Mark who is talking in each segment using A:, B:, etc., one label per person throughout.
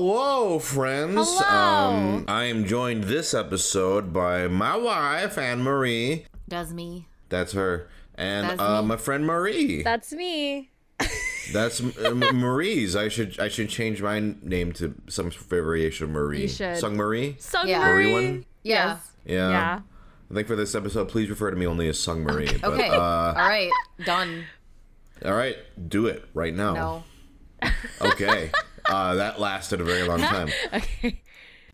A: Hello, friends. Um,
B: Hello.
A: I am joined this episode by my wife, Anne Marie.
B: Does me.
A: That's her. And
B: That's
A: uh,
B: me.
A: my friend Marie.
C: That's me.
A: That's uh, Marie's. I should I should change my name to some variation of Marie.
C: You should.
A: Sung Marie.
C: Sung
B: Yeah.
C: Marie.
A: Everyone?
B: Yeah.
C: Yes.
A: Yeah.
C: Yeah.
A: I think for this episode, please refer to me only as Sung Marie. But,
B: Okay.
A: Uh,
B: All right. Done.
A: all right, do it right now.
B: No.
A: Okay. uh, that lasted a very long time.
C: Okay.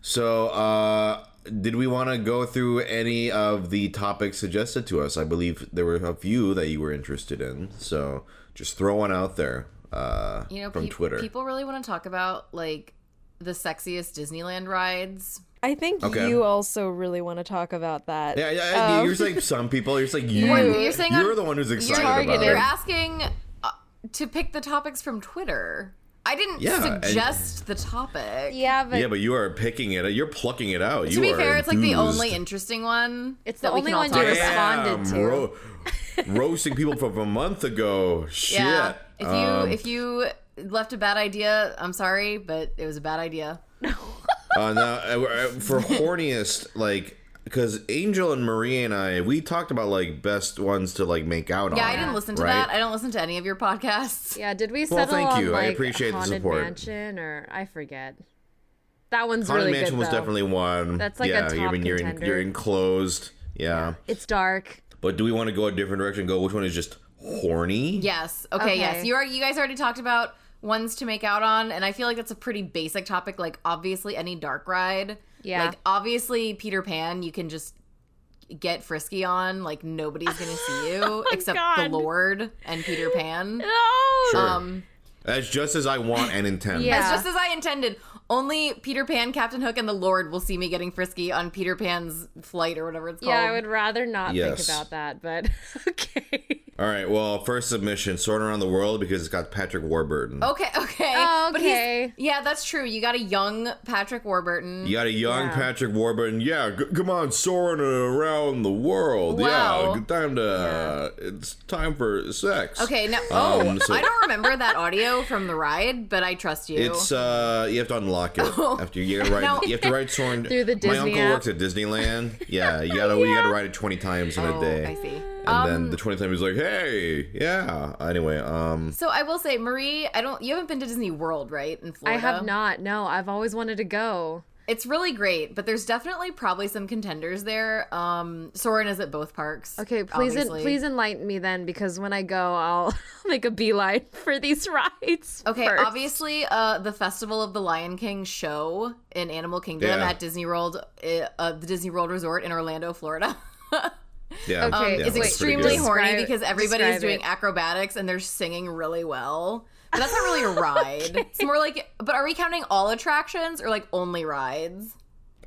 A: So, uh, did we want to go through any of the topics suggested to us? I believe there were a few that you were interested in. So, just throw one out there uh,
B: You know,
A: from
B: peop-
A: Twitter.
B: people really want to talk about like the sexiest Disneyland rides.
C: I think
A: Okay.
C: you also really want to talk about that.
A: yeah, yeah, I-
C: Um,
B: Oh.
A: you're saying some people. You're saying you.
B: Well,
A: You're,
B: you're saying on-
A: the one who's
B: You're,
A: excited about
B: you're
A: it.
B: asking uh, to pick the topics from Twitter. I didn't
A: Yeah, and-
B: suggest the topic.
C: Yeah, but
A: yeah, but you are picking it. You're plucking it out.
B: To
A: you
B: be
A: are
B: fair, it's like the
A: enthused.
B: only interesting one.
C: It's the
B: that we
C: only
B: can all
C: one
B: talk
C: you
B: about.
C: respond-
A: Damn,
C: responded to.
A: ro- roasting people from a month ago. Shit.
B: Yeah. If you
A: Um,
B: if you left a bad idea, I'm sorry, but it was a bad idea.
A: Uh, now, uh, uh, for horniest, like, because Angel and Marie and I, we talked about like best ones to like make out on.
B: Yeah, I didn't listen to
A: right?
B: that. I don't listen to any of your podcasts.
C: yeah, did we settle
A: thank
C: on,
A: you. I
C: like,
A: appreciate the
C: Haunted
A: support.
C: Mansion or I forget. That one's
A: Haunted
C: really
A: Mansion
C: good
A: was
C: though.
A: definitely one.
C: That's, like, a
A: yeah,
C: top
A: I mean, you're in,
C: contender.
A: you're enclosed. Yeah.
C: It's dark.
A: but do we want to go a different direction? Go which one is just horny?
B: Yes. Okay,
C: Okay.
B: Yes. You are. You guys already talked about ones to make out on, and I feel like that's a pretty basic topic. Like obviously any dark ride.
C: Yeah.
B: Like obviously Peter Pan, you can just get frisky on. Like nobody's gonna see you except
C: Oh God.
B: the Lord and Peter Pan.
C: No.
A: Sure.
B: Um,
A: That's just as I want and intend.
C: Yeah.
B: it's just as I intended. Only Peter Pan, Captain Hook, and the Lord will see me getting frisky on Peter Pan's flight or whatever it's called.
C: Yeah, I would rather not
A: Yes.
C: think about that, but okay.
A: All right. Well, first submission, sort around the world because it's got Patrick Warburton.
B: Okay, okay.
C: Oh,
B: But he's-
C: okay.
B: yeah, that's true. You got a young Patrick Warburton.
A: You got a young
C: Yeah.
A: Patrick Warburton. Yeah, g- come on, soaring around the world.
B: Wow.
A: Yeah, good time to. it's time for sex.
B: Okay, now
A: Um,
B: oh,
A: so-
B: I don't remember that audio from the ride, but I trust you.
A: It's uh, you have to unlock it after you gotta ride.
B: No.
A: You have to ride soaring
C: Through the
A: My
C: Disney
A: uncle
C: app.
A: works at Disneyland. Yeah, you gotta you gotta ride it twenty times in
B: oh,
A: a day.
B: I see.
A: And
B: Um,
A: then the twenty times he's like, hey, yeah. Anyway, um,
B: so I will say, Marie, I don't. You haven't been to Disney World, right? In
C: I
B: Florida,
C: have not. No, I've always wanted to go.
B: It's really great, but there's definitely probably some contenders there. Um, Soren is at both parks.
C: Okay, please en-
B: obviously.
C: please enlighten me then, because when I go, I'll make a beeline for these rides.
B: Okay,
C: first.
B: obviously, uh, the Festival of the Lion King show in Animal Kingdom
A: Yeah.
B: at Disney World, uh, uh, the Disney World Resort in Orlando, Florida.
A: yeah,
C: Okay,
A: yeah, that's
C: it's
B: It's
A: pretty
C: Wait,
B: extremely
A: good.
C: describe-
B: horny because everybody's
C: describe
B: doing
C: it.
B: acrobatics and they're singing really well. But that's not really a ride. It's more like, but are we counting all attractions or like only rides?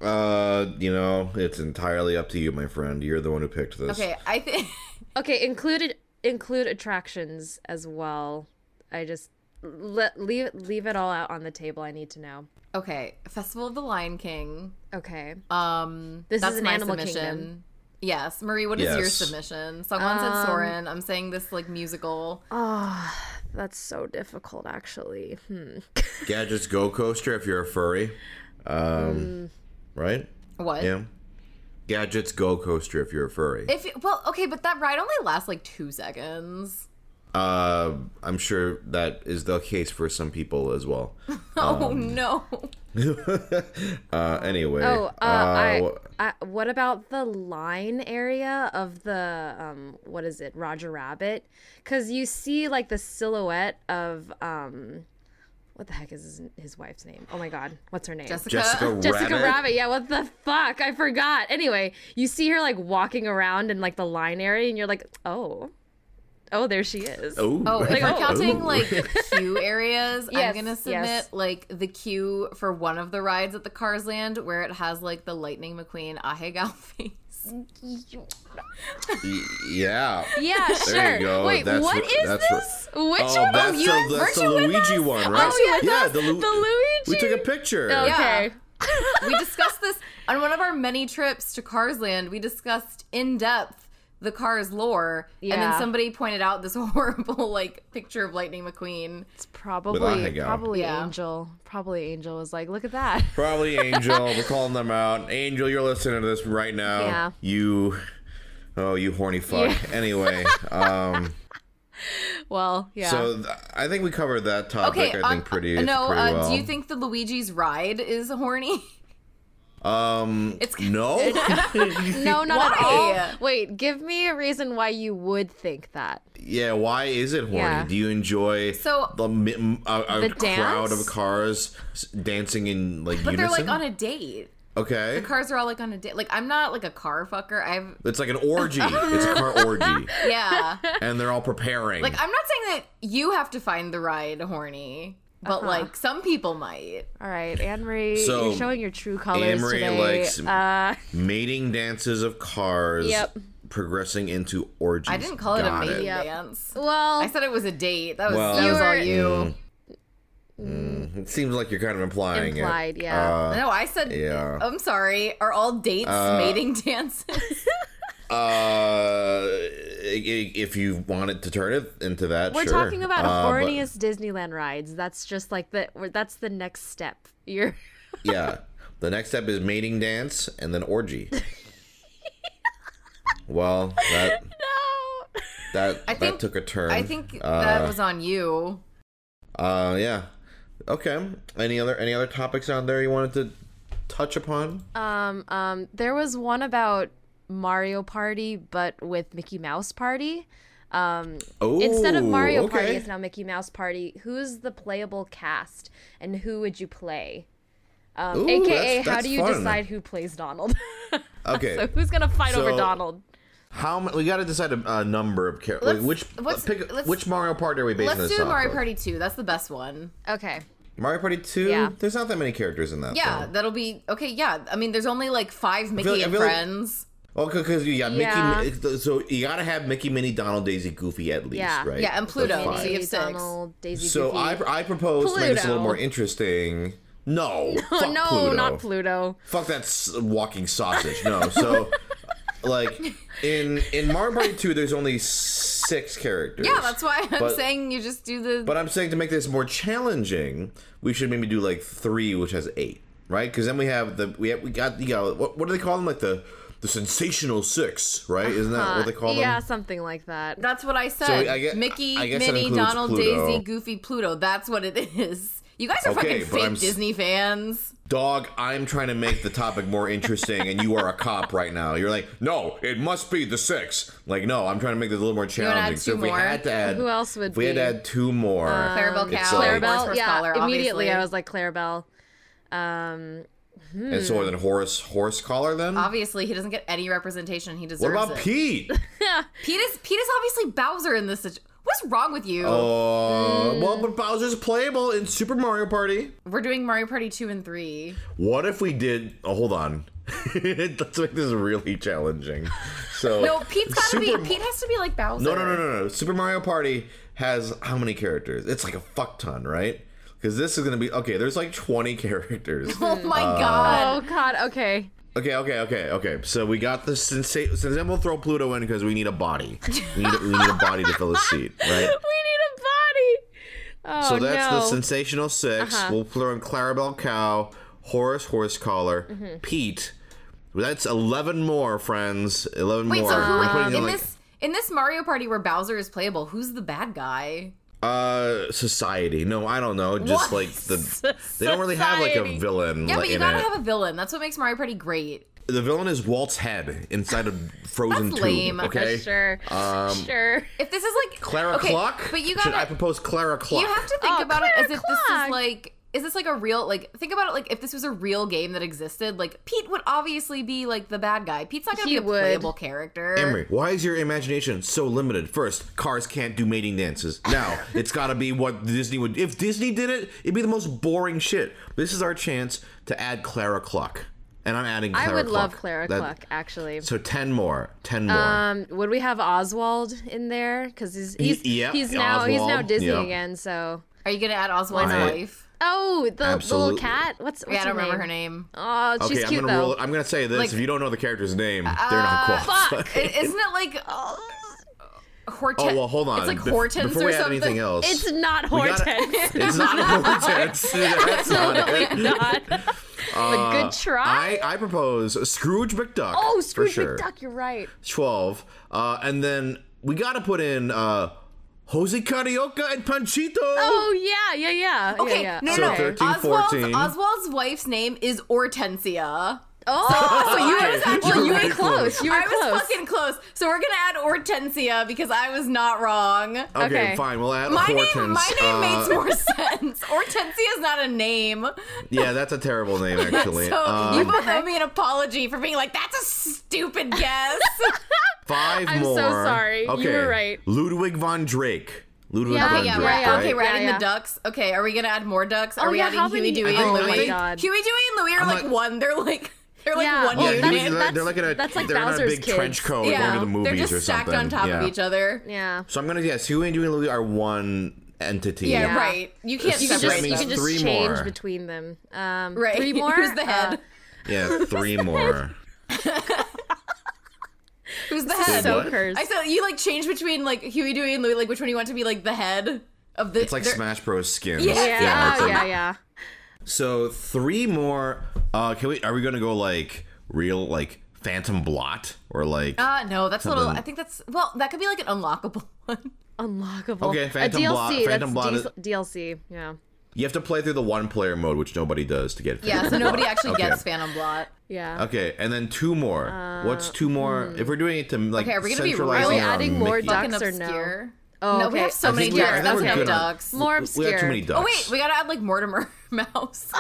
A: Uh, you know, it's entirely up to you, my friend. You're the one who picked this.
B: Okay, I think
C: Okay, include include attractions as well. I just le- leave leave it all out on the table. I need to know.
B: okay, Festival of the Lion King.
C: Okay.
B: Um,
C: This
B: that's
C: is an
B: my
C: Animal
B: submission.
C: Kingdom. Um,
B: Yes, Marie. What is your
A: Yes.
B: submission? Someone said Soren. I'm saying this like musical.
C: Oh, that's so difficult actually. Hmm.
A: Gadgets Go Coaster if you're a furry.
C: Mm.
A: Um, Right?
B: What?
A: Yeah. Gadgets Go Coaster if you're a furry.
B: If well, okay, but that ride only lasts like two seconds.
A: uh, I'm sure that is the case for some people as well. Um,
B: oh no!
A: uh, anyway.
C: Oh, uh, I,
A: wh-
C: I what about the line area of the um what is it? Roger Rabbit? Cuz you see like the silhouette of um what the heck is his, his wife's name? Oh my god, what's her name?
B: Jessica.
A: Jessica,
C: Jessica
A: Rabbit.
C: Rabbit. yeah, what the fuck? I forgot. Anyway, you see her like walking around in like the line area and you're like, "Oh. Oh, there she is."
A: Ooh.
B: Oh, if we're counting
A: Ooh.
B: like queue areas, I'm
C: Yes,
B: gonna
C: yes.
B: submit like the queue for one of the rides at the Cars Land where it has like the Lightning McQueen Ahegal face.
A: Y- yeah.
C: Yeah, sure.
A: There you go.
C: Wait,
A: that's
C: what
A: wh-
C: is
A: that's
C: this?
A: wh-
C: Which
A: oh,
C: one?
A: That's
C: oh, you
A: the, that's
C: weren't
A: the
C: you with
A: Luigi
C: us? Oh,
A: one,
C: Aren't
A: right?
C: you with
A: yeah,
C: us?
A: The, Lu-
C: Luigi. Oh,
A: We took a picture.
C: Okay.
B: we discussed this on one of our many trips to Cars Land. We discussed in depth the car's lore, and then
C: Yeah.
B: somebody pointed out this horrible like picture of Lightning McQueen.
C: It's probably
A: Hagel.
C: probably
B: Yeah.
C: Angel. Probably Angel was like, look at that.
A: Probably Angel. We're calling them out. Angel, you're listening to this right now.
C: Yeah.
A: You. Oh, you horny fuck. Anyway, um,
C: well, yeah.
A: so th- I think we covered that topic.
B: Okay,
A: I
B: on-
A: think pretty,
B: no.
A: pretty
B: uh,
A: well.
B: Do you think the Luigi's ride is horny?
A: Um,
B: It's-
A: no.
C: no, not
B: Why?
C: at all. Wait, give me a reason why you would think that.
A: yeah. Why is it horny?
C: Yeah.
A: Do you enjoy
B: So-
A: the mi- m- a, a
C: The
A: crowd
C: dance?
A: of cars s- dancing in like
B: But they're
A: unison?
B: like on a date.
A: okay.
B: The cars are all like on a date. Like I'm not like a car fucker. I've
A: it's like an orgy. it's a car orgy,
B: yeah.
A: and they're all preparing.
B: Like I'm not saying that you have to find the ride horny, but like some people might.
C: All right, Anne Marie,
A: So,
C: you're showing your true colors
A: Anne-Marie
C: today.
A: likes-
C: uh,
A: mating dances of cars
C: Yep.
A: progressing into orgies.
B: I didn't call it a
A: Got
B: mating
C: Yep.
B: dance.
C: well,
B: I said it was a date. That was
A: Well, mm,
B: that was all
C: You
B: you.
A: It seems like you're kind of implying
C: Implied,
A: it.
C: yeah.
B: No, I said.
A: Yeah.
B: I'm sorry. Are all dates mating dances?
A: Uh, uh, i- i- if you wanted to turn it into that,
C: we're
A: sure.
C: talking about
A: Uh, but-
C: horniest Disneyland rides. That's just like the we're- that's the next step. You're
A: yeah. The next step is mating dance and then orgy. well, that
C: no.
A: that
B: I
A: that
B: think-
A: took a turn.
B: I think
A: uh,
B: that was on you.
A: uh yeah. Okay. Any other any other topics out there you wanted to touch upon?
C: Um, um, there was one about Mario Party, but with Mickey Mouse Party. Um,
A: Oh,
C: instead of Mario
A: okay.
C: Party, it's now Mickey Mouse Party. Who's the playable cast, and who would you play? Um,
A: Ooh,
C: AKA,
A: that's-
C: how
A: that's
C: do you
A: fun.
C: decide who plays Donald?
A: Okay.
C: so who's gonna fight over
A: So-
C: Donald?
A: How m- we got to decide a, a number of characters? Like
B: Let's-
A: which uh,
B: what's-
A: pick
B: let's-
A: which Mario Party are we basing
B: Let's
A: this
B: do
A: off
B: Mario
A: of?
B: Party 2. That's the best one.
C: Okay.
A: Mario Party Two.
C: Yeah.
A: There's not that many characters in that.
B: Yeah,
A: Though.
B: that'll be okay. Yeah, I mean, there's only like five Mickey
A: like- I
B: and
A: feel like-
B: Friends.
A: Oh, because you got
C: Yeah.
A: Mickey. Mi- So you gotta have Mickey, Minnie, Donald, Daisy, Goofy at least,
C: Yeah.
A: right?
B: Yeah, and
A: That's
B: Pluto.
A: fine.
B: So you have six.
C: Donald, Daisy
A: So
C: Goofy.
A: I I propose to make this a
C: Pluto.
A: little more interesting. No,
C: Oh,
A: fuck
C: no,
A: Pluto.
C: not Pluto.
A: Fuck that s- walking sausage. No, so like in in Mario Party Two, there's only six characters.
B: Yeah, that's why I'm
A: But-
B: saying you just do the.
A: But I'm saying to make this more challenging, we should maybe do like three, which has eight, right? Because then we have the we have, we got you know what, what do they call them like the the sensational six, right? Isn't that what they
B: Uh-huh.
A: call them?
C: Uh, yeah, something like that.
B: that's what I said.
A: I gue-
B: Mickey,
A: I guess that
B: Minnie,
A: includes
B: Donald,
A: Pluto.
B: Daisy, Goofy, Pluto. That's what it is. You guys are
A: Okay,
B: fucking
A: but
B: fake
A: I'm s-
B: Disney fans.
A: Dog, I'm trying to make the topic more interesting, and you are a cop right now. You're like, no, it must be the six. Like, no, I'm trying to make this a little more
B: wanna add
A: challenging. So
B: two
A: if we
B: more?
A: had to add,
C: Who else would
A: if we had to
C: be?
A: add two more,
B: Um, Clarabelle
A: it's
B: Cow,
A: like-
B: Horse
C: Clarabelle,
B: Horse
C: yeah.
B: Collar,
C: immediately,
B: obviously.
C: I was like Clarabelle. Um,
A: and so then horse horse collar then.
B: hmm. Obviously, he doesn't get any representation. He deserves
A: what about
B: it.
A: Pete?
B: Pete is Pete is obviously Bowser in this situation. What's wrong with you?
A: Uh,
B: Hmm.
A: well, but Bowser's playable in Super Mario Party.
B: We're doing Mario Party two and three.
A: What if we did? Oh, hold on. Let's make this really challenging. So
B: No, Pete's gotta
A: Super-
B: be. Pete has to be like Bowser.
A: No, no, no, no, no. Super Mario Party has how many characters? It's like a fuck ton, right? Because this is gonna be okay. There's like 20 characters.
B: Oh my
A: Uh,
B: god.
C: oh God. Okay.
A: okay, okay, okay, okay. So we got the since since then we'll throw Pluto in because we need a body. We need, we need a body to fill a seat, right?
C: We need a body. Oh
A: So that's
C: no.
A: the
C: Uh-huh.
A: sensational 6 we We'll throw in Clarabelle Cow, Horace Horse Collar,
C: Mm-hmm.
A: Pete. Well, That's eleven more, friends. Eleven
B: Wait,
A: more.
B: so
A: We're
B: who uh,
A: putting
B: in
A: in, like,
B: this in this Mario Party where Bowser is playable? Who's the bad guy?
A: uh, society. No, I don't know. Just
B: What?
A: like the they don't really have like a
C: Society.
A: villain.
B: Yeah,
A: like,
B: but you
A: in
B: gotta
A: it.
B: have a villain. That's what makes Mario Party great.
A: the villain is Walt's head inside a frozen
B: That's
A: tube.
B: lame.
A: Okay,
C: Sure.
A: Um,
C: sure.
B: If this is like
A: Clara
B: okay,
A: Clock.
B: but you
A: Should I
B: gotta
A: propose Clara Clock?
B: you have to think
C: Oh,
B: about it as
C: Clara
B: if this
C: Clock.
B: is like is this like a real like think about it like if this was a real game that existed like Pete would obviously be like the bad guy. Pete's not gonna
C: He
B: be a
C: would.
B: playable character.
A: Emery, why is your imagination so limited? First, cars can't do mating dances. Now, it's got to be what Disney would. If Disney did it, it'd be the most boring shit. This is our chance to add Clara Cluck, and I'm adding. Clara
C: I would love
A: Cluck.
C: Clara
A: That-
C: Cluck actually.
A: So ten more, ten more.
C: Um, would we have Oswald in there? Because he's he's
A: yep,
C: he's now he's now
A: Oswald,
C: Disney
A: yep.
C: again. So
B: Are you gonna add Oswald's
A: Right.
B: wife?
C: Oh, the little
A: Absolutely.
C: cat. What's, what's
B: Yeah, I don't
C: her
B: remember
C: name?
B: her name.
C: Oh, she's
A: Okay, I'm
C: cute
A: gonna
C: though.
A: roll. I'm gonna say this:
B: Like-
A: if you don't know the character's name, they're not qualified.
B: Fuck. I- Isn't it like uh,
C: Oh,
B: Hortense?
A: Oh well, hold on.
B: It's like
A: Bef-
B: Hortense
A: before
B: or
A: we add
B: something.
A: anything else,
C: It's not
A: gotta-
C: Hortense.
A: It's not Hortense. That's not
C: Absolutely
A: it.
C: not. but good try.
A: Uh, I, I propose Scrooge McDuck.
C: oh, Scrooge
A: for sure.
C: McDuck, you're right.
A: 12. Uh, and then we got to put in uh, Jose Carioca and Panchito.
C: Oh yeah, yeah, yeah. yeah,
B: Okay,
C: yeah.
B: no,
A: So
B: no, no.
A: 13,
B: Oswald's,
A: 14.
B: Oswald's wife's name is Hortensia.
C: Oh,
B: So you
C: I-
B: was actually-
C: well, you
A: pretty
C: were close. You were
B: I was
C: close.
B: fucking close. So we're gonna add Hortensia because I was not wrong.
A: okay,
C: okay.
A: fine. We'll add
B: my
A: Hortense.
B: name, my name
A: Uh,
B: makes more sense. Hortensia is not a name.
A: Yeah, that's a terrible name, actually.
B: So
A: Um,
B: you both owe me an apology for being like, "That's a stupid guess."
A: five
C: I'm so
A: more.
C: sorry. You
A: Okay.
C: were right.
A: Ludwig von Drake. Ludwig
C: Yeah,
A: von
B: Okay, yeah,
A: Drake.
B: right.
C: yeah,
A: right?
B: Okay, we're
C: Yeah,
B: adding
C: yeah.
B: the ducks. Okay, are we gonna add more ducks? Are
C: Oh,
B: we
C: yeah,
B: adding
C: how
B: Huey,
C: many-
B: Dewey,
A: I
B: and
A: think- I
B: Louie?
A: think-
C: Oh my God.
B: Huey, Dewey, and Louie are
A: I'm
B: like
A: not-
B: one. They're like they're like
C: Yeah,
B: one
C: well,
A: Yeah,
B: unit.
C: that's-
A: they're, they're
C: that's-
A: like in a,
C: that's like
A: they're in a
C: Bowser's
A: big trench
C: Kids.
A: coat
B: yeah,
A: going to the
B: they're
A: movies
B: just
A: or something.
B: stacked on top
A: yeah.
B: of each other. Yeah,
C: yeah.
A: So I'm going to guess Huey and Dewey and Louie are one entity.
C: Yeah.
B: right. You can't
C: You
A: That
C: can
B: separate
C: just, you
A: means
B: them.
C: can just
A: three
C: change
A: more.
C: between them. Um,
B: Right.
C: Three more. Oh,
B: Who's the head?
A: Yeah, three more.
B: Who's the
C: Uh,
B: head?
A: Wait,
C: so
A: what?
C: cursed.
B: I said you like change between like Huey, Dewey, and Louie. Like which one do you want to be like the head of the?
A: It's like
B: they're-
A: Smash Bros. skins.
B: Yeah.
C: yeah,
A: that's
C: yeah,
A: it.
C: yeah,
A: So three more. Uh, can we? Are we gonna go like real like Phantom Blot or like?
B: Uh, no, that's a little. I think that's well. That could be like an unlockable one.
C: Unlockable.
A: Okay, Phantom
C: a DLC.
A: Blot- Phantom
C: that's
A: Blot
C: D-
A: is-
C: DLC. Yeah,
A: you have to play through the one player mode, which nobody does to get.
B: Yeah,
A: Phantom
B: so
A: Blot.
B: nobody actually
A: Okay.
B: gets Phantom Blot.
C: yeah.
A: Okay, and then two more. What's two more? If we're doing it to like,
B: Uh, hmm. Okay, are we gonna be
A: centralizing
B: really
A: our
C: adding more
A: Mickey-
C: ducks?
B: Fucking
C: or no?
B: obscure.
C: Oh,
B: no, we
C: okay.
B: have so
A: I
B: many
A: think we- I
B: ducks.
A: think
B: That's
A: we're
B: no
A: good on-
B: ducks.
C: More
A: We
C: obscure.
A: have too many ducks.
B: Oh wait, oh, we gotta add like Mortimer Mouse.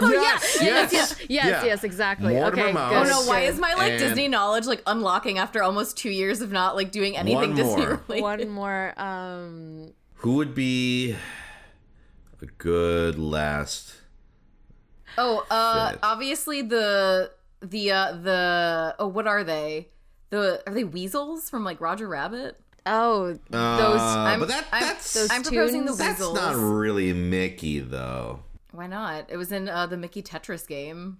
A: yes,
C: yes, yes, yes, yes, exactly.
A: Mortimer
C: Okay,
A: Mouse.
C: good.
B: oh no, why
C: Shit.
B: is my like
A: And-
B: Disney knowledge like unlocking after almost two years of not like doing anything
A: One
B: Disney
A: more.
B: related?
C: One more. Um,
A: Who would be a good last?
B: Oh, uh,
A: Shit.
B: obviously the the uh, the oh, what are they? The are they weasels from like Roger Rabbit?
C: oh, those.
A: Uh,
B: I'm-
A: but that,
B: I'm-
A: that's
C: those
B: I'm proposing the
C: tunes?
A: that's
B: weasels.
A: not really Mickey though.
B: Why not? It was in uh, the Mickey Tetris game.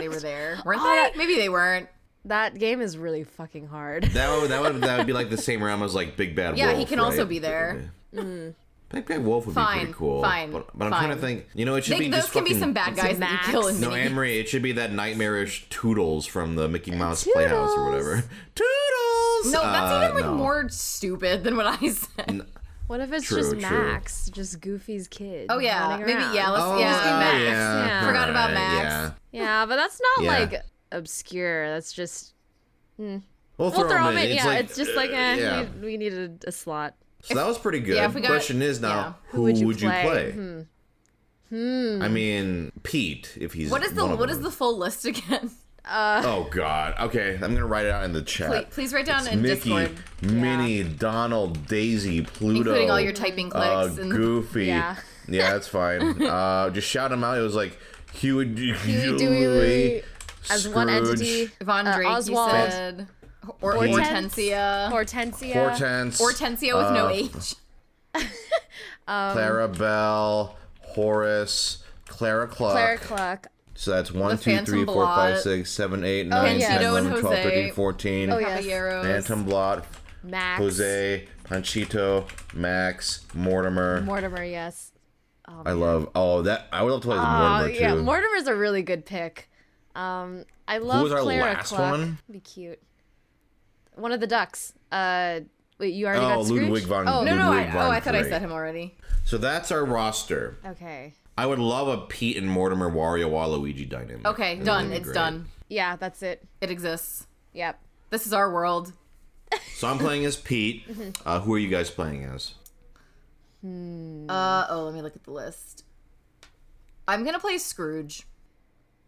B: They were there, weren't they? Maybe they weren't.
C: that game is really fucking hard.
A: That would that would that would be like the same realm as like Big Bad
B: Yeah,
A: Wolf.
B: he can also
A: right?
B: be there. Mm.
A: Big Bad Wolf would be
B: Fine,
A: pretty cool.
B: fine,
A: but, but I'm
B: fine.
A: trying to think. You know, it should
B: They,
A: be
B: those
A: just
B: can
A: fucking,
B: be some bad guys that
C: Max.
B: you kill in
A: No,
B: Mickey.
A: Anne Marie, it should be that nightmarish Toodles from the Mickey Mouse Playhouse or whatever. Toodles.
B: No, that's
A: Uh,
B: even like
A: no.
B: more stupid than what I said.
C: What if it's
A: True,
C: just
A: true.
C: Max, just Goofy's kid?
B: Oh yeah,
C: running
B: maybe
C: around?
B: yeah. Let's
A: Oh,
B: yeah,
A: yeah.
B: Max.
C: Yeah.
B: Forgot about
A: Alright,
B: Max.
A: Yeah.
C: Yeah, but that's not
A: Yeah.
C: like obscure. That's just
A: We'll,
C: we'll throw him in.
A: It's
C: yeah,
A: like, uh,
C: it's just like eh,
A: yeah.
C: we, we needed a slot.
A: So that was pretty good.
B: Yeah, if we got-
A: Question is now,
B: yeah. Hmm.
A: who would you play? Hmm. I mean, Pete, if he's
B: What is the
A: one of
B: what
A: them.
B: is the full list again?
A: Oh God. Okay, I'm gonna write it out in the
B: Please,
A: chat.
B: please write down
A: Uh, It's
B: in
A: Mickey,
B: Discord,
A: Minnie, Donald, Daisy, Pluto,
B: including all your typing clicks.
A: uh,
B: and
A: Goofy.
C: Yeah.
A: Yeah, that's fine. uh, just shout them out. It was like Huey, Huey,
C: Dewey, Louie, as one
A: Scrooge,
C: entity.
B: Von
C: Uh,
B: Drake,
C: Oswald.
B: you said. Or
A: Hortense.
B: Hortensia.
C: Hortensia.
A: Hortense,
B: Hortensia with no
A: Uh,
B: H.
A: Clara Belle, Horace, Clara Clark.
C: Clara Cluck.
A: So that's one,
B: The
A: two, three,
B: Phantom
A: four, five,
B: Blot. Oh,
A: six, seven, eight, nine,
C: yeah.
A: ten,
C: Tito
B: and
A: eleven, twelve,
B: Jose.
A: thirteen, fourteen.
C: Oh, yeah.
B: Caballeros.
A: Phantom Blot,
C: Max.
A: Jose, Panchito, Max, Mortimer.
C: Mortimer, yes.
A: I love. Oh, that I would love to play the
C: Oh
A: Mortimer too.
C: yeah, Mortimer's a really good pick. Um, I love
A: was our
C: Clara
A: last
C: Cluck.
A: one?
C: Be cute. One of the ducks. Uh, wait, you already
A: Oh,
C: got Scrooge.
A: Ludwig von-
C: oh,
B: No, no, I,
A: Ludwig
B: oh,
A: von
B: I thought I
A: Drake.
B: said him already.
A: so that's our roster.
C: okay.
A: I would love a Pete and Mortimer Wario Waluigi dynamic.
B: Okay,
A: That would
B: done.
A: be
B: It's
A: great.
B: done.
C: Yeah, that's it.
B: It exists.
C: Yep.
B: This is our world.
A: So I'm playing as Pete.
B: Mm-hmm.
A: uh, who are you guys playing as?
B: Uh oh, let me look at the list. I'm gonna play Scrooge.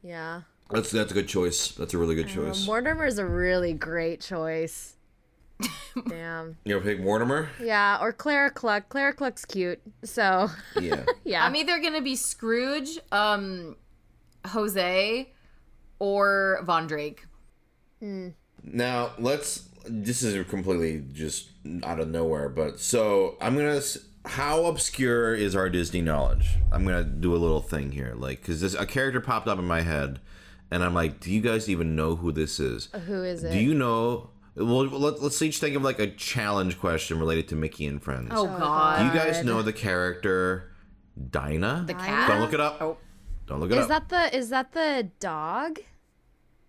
C: Yeah.
A: That's that's a good choice. That's a really
B: Uh,
A: good
C: Well,
A: choice.
C: Mortimer's a really great choice. Damn.
A: You're gonna pick Mortimer.
C: Yeah, or Clara Cluck. Clara Cluck's cute. So,
A: Yeah.
C: yeah.
B: I'm either gonna be Scrooge, um, Jose, or Von Drake.
A: Now let's. This is completely just out of nowhere, but so I'm gonna. s- how obscure is our Disney knowledge? I'm gonna do a little thing here, like, because this a character popped up in my head, and I'm like, do you guys even know who this is?
B: Oh,
C: Who is it?
A: Do you know? Well, let, let's each think of like a challenge question related to Mickey and Friends.
B: Oh, God.
A: do you guys know the character Dinah?
B: the cat.
A: Don't look it up.
B: Oh.
A: Don't look it
C: is
A: up.
C: that the is that the dog?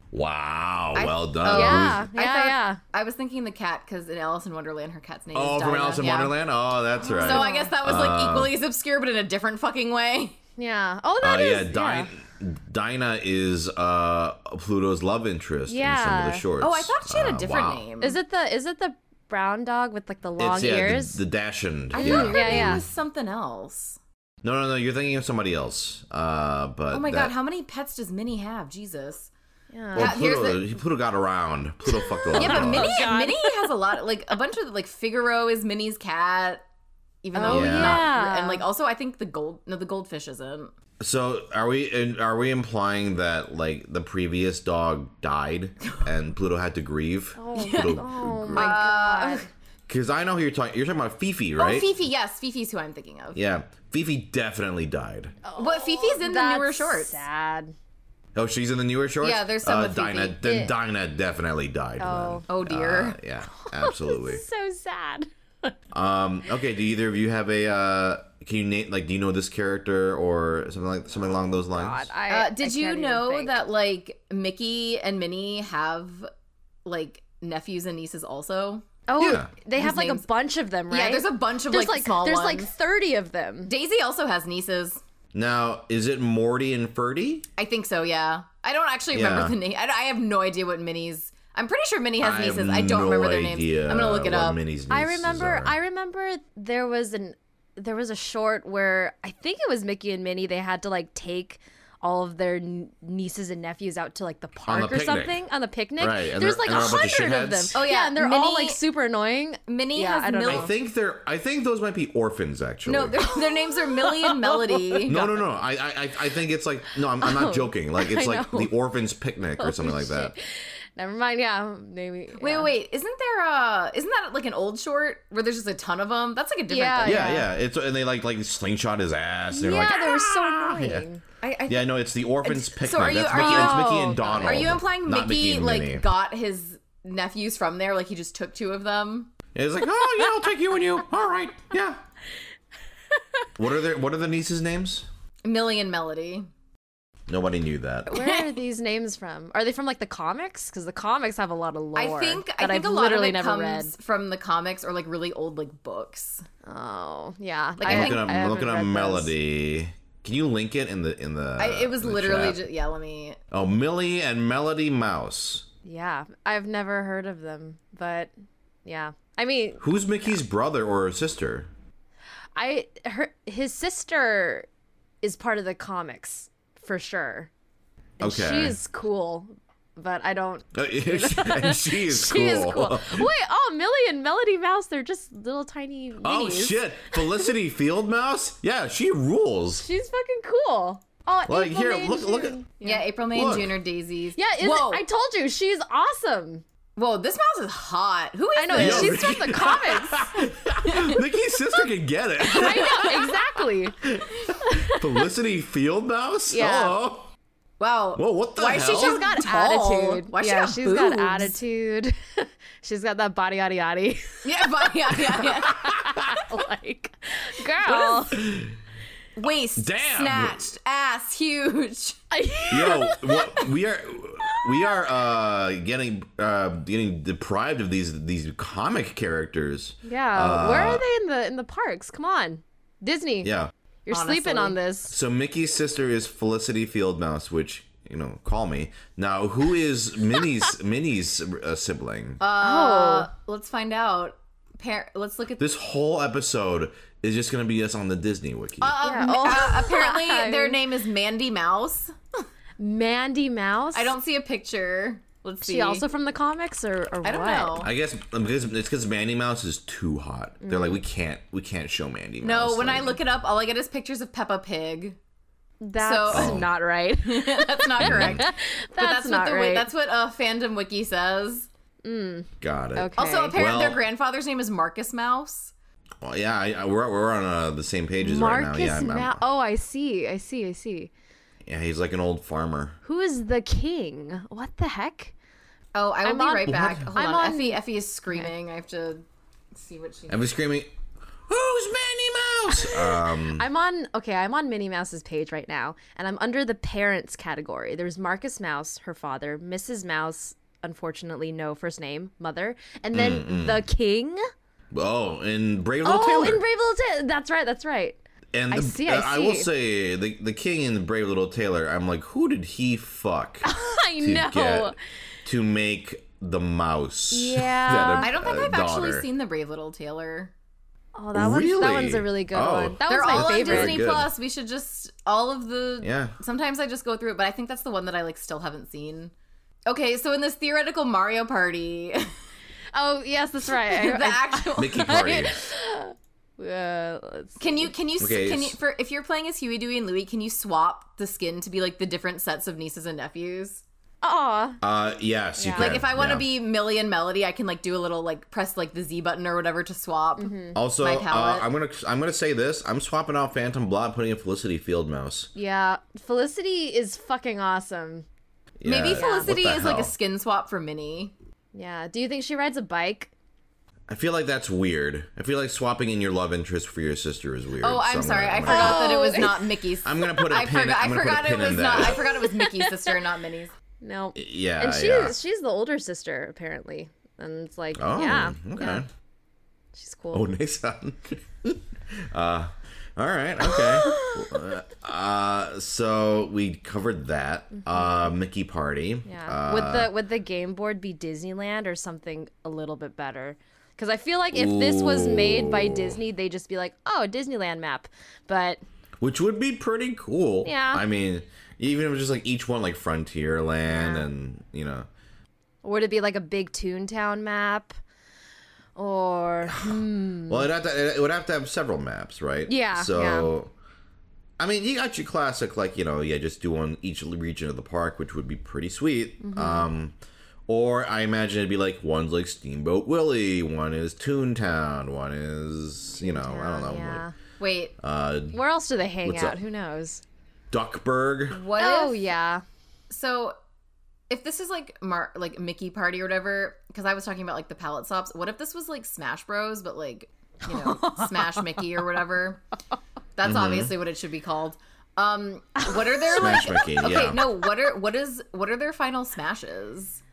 A: wow,
B: I-
A: well done.
B: oh.
C: Yeah,
A: Who's-
C: yeah,
B: I thought-
C: yeah.
B: I was thinking the cat because in Alice in Wonderland, her cat's name
A: Oh,
B: is
A: from
B: Dinah.
A: Alice in
B: Yeah.
A: Wonderland. Oh, that's right.
B: So I guess that was like equally as obscure, but in a different fucking way.
C: Yeah. Oh,
A: Uh,
C: that is.
A: yeah, Dinah, Dinah is uh, Pluto's love interest in some of
C: Yeah.
A: the shorts.
B: Oh, I thought she had
A: Uh,
B: a different
A: wow.
B: name.
C: Is it the is it the brown dog with like the long
A: It's yeah,
C: ears?
A: the, the dashing.
B: I
A: yeah.
B: thought her
C: Yeah,
B: name
C: yeah.
B: was something else.
A: No, no, no. You're thinking of somebody else. Uh, but
B: Oh my
A: that,
B: god, how many pets does Minnie have? Jesus.
C: yeah.
A: Well,
B: Yeah, here's
A: Pluto, he- Pluto got around. Pluto fucked a lot.
B: Yeah,
A: of
B: but
A: dogs.
C: Oh,
B: Minnie, Minnie has a lot. Like a bunch of like Figaro is Minnie's cat, even
C: Oh,
B: though
A: Yeah.
B: not.
C: yeah.
B: And like also, I think the gold. No, the goldfish isn't.
A: So are we? and Are we implying that like the previous dog died and Pluto had to grieve?
C: oh
A: Pluto,
C: my god.
A: because I know who you're talking. You're talking about Fifi, right?
B: Oh, Fifi. Yes, Fifi's who I'm thinking of.
A: Yeah, Fifi definitely died.
B: But Fifi's in the
C: That's
B: newer shorts.
C: Sad.
A: Oh, she's in the newer shorts.
B: Yeah, there's some
A: uh,
B: with Fifi.
A: Dinah. Then
C: Yeah.
A: Dinah definitely died.
C: Oh.
B: Oh
A: then.
B: dear.
A: Uh, yeah, absolutely.
C: So sad.
A: um, okay, do either of you have a? Uh, can you name like? Do you know this character or something like something along those lines?
C: God, I,
B: Uh,
C: I
B: did you
C: can't even
B: know
C: think.
B: that like Mickey and Minnie have like nephews and nieces also?
C: Oh,
A: Yeah.
C: they have
B: Whose
C: like
B: names-
C: a bunch of them, right?
B: Yeah, there's a bunch of
C: there's
B: like,
C: like
B: small
C: there's like
B: ones.
C: 30 of them.
B: Daisy also has nieces.
A: Now, is it Morty and Ferdy?
B: I think so. Yeah, I don't actually remember
A: Yeah.
B: the name. I, I have no idea what Minnie's. I'm pretty sure Minnie has
A: I have
B: nieces. I don't
A: no
B: remember their
A: idea
B: names. I'm gonna look it
A: what
B: up.
A: Minnie's
C: I
A: nieces
C: remember
A: are.
C: I remember there was an there was a short where I think it was Mickey and Minnie they had to like take all of their n- nieces and nephews out to like the park
A: the
C: or
A: picnic.
C: something on the picnic.
A: Right, and
C: There's
A: they're-
C: like
A: and
C: a
A: they're a bunch of
C: hundred of them.
A: shitheads.
B: Oh, yeah,
C: and they're all
B: Minnie-
C: like super annoying.
B: Minnie
C: Yeah,
B: has
C: I don't
B: Millie.
A: I think they're. I think those might be orphans, actually.
B: no, their, their names are Millie and Melody.
A: No, no, no. I, I, I- I think it's like no. I'm, I'm
B: Oh.
A: not joking. Like it's
C: I
A: like
C: know.
A: the orphans' picnic or something like that.
C: Never mind. Yeah, maybe.
B: Wait,
C: yeah.
B: wait, wait, isn't there uh isn't that like an old short where there's just a ton of them? That's like a different
C: Yeah,
B: thing.
A: Yeah, yeah. It's and they like like slingshot his ass. They're
C: Yeah,
A: like
C: they were so
A: "Ah!" Yeah.
C: annoying.
B: I, I
A: Yeah, no, it's the orphans'
B: It's-
A: picnic.
B: so are you-
A: That's
B: are
A: Mickey,
B: you-
A: that's Mickey
C: Oh,
A: and
C: God.
A: Donald.
B: Are you implying
A: not
B: Mickey,
A: and
B: like
A: Minnie.
B: got his nephews from there? Like he just took two of them?
A: It's like, oh yeah, I'll take you and you. All right, yeah. What are their What are the nieces' names?
B: Millie and Melody.
A: Nobody knew that.
C: Where are these names from? Are they from like the comics? Because the comics have a lot of lore.
B: I think I
C: that
B: think
C: I've
B: a lot of
C: literally
B: it
C: never
B: comes
C: read.
B: from the comics or like really old like books.
C: Oh yeah,
B: Like,
A: I'm
B: I
C: think
A: looking at,
C: I
A: I'm looking
C: haven't
A: at
C: read those.
A: Melody. Can you link it in the in the?
B: I, it was
A: Uh, in the
B: literally
A: chat?
B: just yeah. Let me.
A: Oh, Millie and Melody Mouse.
C: Yeah, I've never heard of them, but yeah, I mean,
A: Who's Mickey's brother or sister?
C: I her his sister is part of the comics for sure. And
A: Okay.
C: she's cool, but I don't.
A: and she is
C: She
A: cool.
C: is cool. Wait, oh, Millie and Melody Mouse—they're just little tiny.
A: Oh
C: minis.
A: shit, Felicity Field Mouse? Yeah, she rules.
C: She's fucking cool. Oh,
A: Like
C: April,
A: here,
C: May, and
A: look look at
C: June.
B: Yeah, April, May,
A: Look.
B: and June are daisies.
C: Yeah, is
B: whoa,
C: I told you she's awesome.
B: whoa, this mouse is hot. Who is
C: I know
B: this?
A: Yo,
C: she's from the comics.
A: Mickey's sister can get it.
C: I know exactly.
A: Felicity Oh. Field Mouse?
C: Yeah.
A: Hello.
B: Wow.
A: Whoa, what the
B: Why
A: hell?
B: is she
C: She's
B: just
C: got
B: Oh, tall?
C: attitude.
B: Why she
C: yeah,
B: got
C: has
B: boobs?
C: got attitude. she's got that body yada yada.
B: Yeah, but, yeah, yeah, yeah.
C: like, girl.
B: Waist,
A: Damn.
B: snatched, ass, huge.
A: Yo, what, we are we are uh getting uh getting deprived of these these comic characters.
C: yeah. Where are they in the in the parks? Come on, Disney.
A: Uh, Yeah.
C: You're
B: Honestly.
C: sleeping on this.
A: So Mickey's sister is Felicity Field Mouse, which you know, call me. Now, who is Minnie's Minnie's uh, sibling?
C: Oh,
B: Uh, let's find out. Par- let's look at
A: This whole episode is just gonna be us on the Disney wiki.
B: Um,
C: Yeah, all
B: uh, apparently,
C: time.
B: their name is Mandy Mouse.
C: Mandy Mouse.
B: I don't see a picture. Let's see.
C: She also from the comics or, or
B: I don't
C: what?
B: know.
A: I guess um, because it's because Mandy Mouse is too hot. They're like, we can't, we can't show Mandy.
B: no,
A: Mouse.
B: when I
A: like-
B: look it up, all I get is pictures of Peppa Pig.
C: That's
A: Oh.
B: So-
C: not right. that's,
B: That's not correct. that's, that's
C: not
B: what the wi-
C: right.
B: that's what uh, fandom wiki says.
A: got it.
C: okay.
B: Also, apparently,
A: Well-
B: their grandfather's name is Marcus Mouse.
A: Well, yeah, I, I, we're we're on uh, the same pages
C: Marcus
A: right now. Yeah, I'm- I'm-
C: Ma- oh, I see. I see. I see.
A: yeah, he's like an old farmer.
C: Who is the king? What the heck?
B: Oh, I will
C: I'm
B: be
C: on-
B: right back.
A: What?
B: Hold
C: I'm
B: on.
C: on-
B: Effie, Effie is screaming. I have to see what she.
A: And was screaming, "Who's Minnie Mouse?" Um,
C: I'm on okay, I'm on Minnie Mouse's page right now, and I'm under the parents category. There's Marcus Mouse, her father, Mrs. Mouse, unfortunately no first name, mother, and then the king.
A: oh, and Brave Little
C: Oh,
A: Taylor.
C: in Brave Little Taylor. That's right, that's right.
A: and the,
C: I see, I
A: uh, I will
C: see.
A: say the the king and the Brave Little Taylor. I'm like, who did he fuck
B: Oh,
C: I
A: to
C: know.
A: get to make the mouse?
C: Yeah.
A: that a-
B: I don't think
A: a
B: I've
A: daughter-
B: actually seen the Brave Little Taylor.
C: Oh, that one's that
A: Really?
C: one's a really good
A: Oh.
C: one. That
B: They're
C: was my
B: all
C: favorite.
B: on
A: Very
B: Disney
A: good.
B: Plus. We should just all of the.
A: Yeah.
B: Sometimes I just go through it, but I think that's the one that I like still haven't seen. Okay, so in this theoretical Mario Party,
C: Oh yes, that's right.
B: the
C: I,
B: actual
A: Mickey Party.
C: I, uh, let's-
B: Can you can you
A: Okay,
B: can you
A: s-
B: for if you're playing as Huey, Dewey, and Louie, can you swap the skin to be like the different sets of nieces and nephews?
C: aw.
A: Uh, yes, you
C: Yeah.
A: can.
B: Like if I want to
A: yeah.
B: be Millie and Melody, I can like do a little like press like the Z button or whatever to swap.
A: Also,
B: my
A: uh,
B: palette.
A: I'm gonna I'm gonna say this. I'm swapping out Phantom Blood, putting in Felicity Field Mouse.
C: Yeah. Felicity is fucking awesome.
B: Maybe
A: Yeah,
B: Felicity
A: what the
B: is like a
A: hell?
B: skin swap for Minnie.
C: Yeah. Do you think she rides a bike?
A: I feel like that's weird. I feel like swapping in your love interest for your sister is weird.
B: Oh, I'm
A: so
B: sorry,
A: gonna-
B: I
A: I'm
B: forgot
A: Gonna,
B: that it
C: Oh.
B: was not Mickey's.
A: I'm gonna put a
B: I
A: pin.
B: forgot.
A: I'm
B: I
A: gonna
B: forgot
A: put a
B: it
A: pin in
B: was
A: that.
B: not. I forgot it was Mickey's sister, not Minnie's.
C: No.
A: yeah,
C: and she
A: yeah.
C: she's the older sister apparently, and it's like
A: oh,
C: yeah,
A: okay.
C: yeah, she's cool.
A: Oh, nice. uh, all right. Okay. uh, so we covered that.
B: Mm-hmm.
A: Uh, Mickey Party.
C: yeah.
A: Uh,
C: would the would the game board be Disneyland or something a little bit better? Because I feel like if this was made by
A: Ooh.
C: Disney, they'd just be like, oh, a Disneyland map. But
A: which would be pretty cool.
C: Yeah.
A: I mean, even if it's just like each one, like Frontierland, and you know,
C: would it be like a big Toontown map? Or
A: well, it'd have to, it would have to have several maps, right?
C: Yeah,
A: So, I mean, you got your classic, like you know, yeah, just do one each region of the park, which would be pretty sweet.
B: Mm-hmm.
A: Um. Or I imagine it'd be like one's like Steamboat Willie, one is Toontown, one is you know I don't know
C: yeah,
B: Wait,
A: uh,
C: where else do they hang
A: What's
C: out?
A: up?
C: Who knows?
A: Duckburg.
B: what?
C: oh
B: if-
C: yeah,
B: So, if this is like Mar- like Mickey Party or whatever, because I was talking about like the palette swaps. What if this was like Smash Bros, but like you know Smash Mickey or whatever? That's
A: Mm-hmm.
B: obviously what it should be called. Um, what are their like?
A: Smash Mickey, yeah.
B: Okay, no. What are what is what are their final smashes?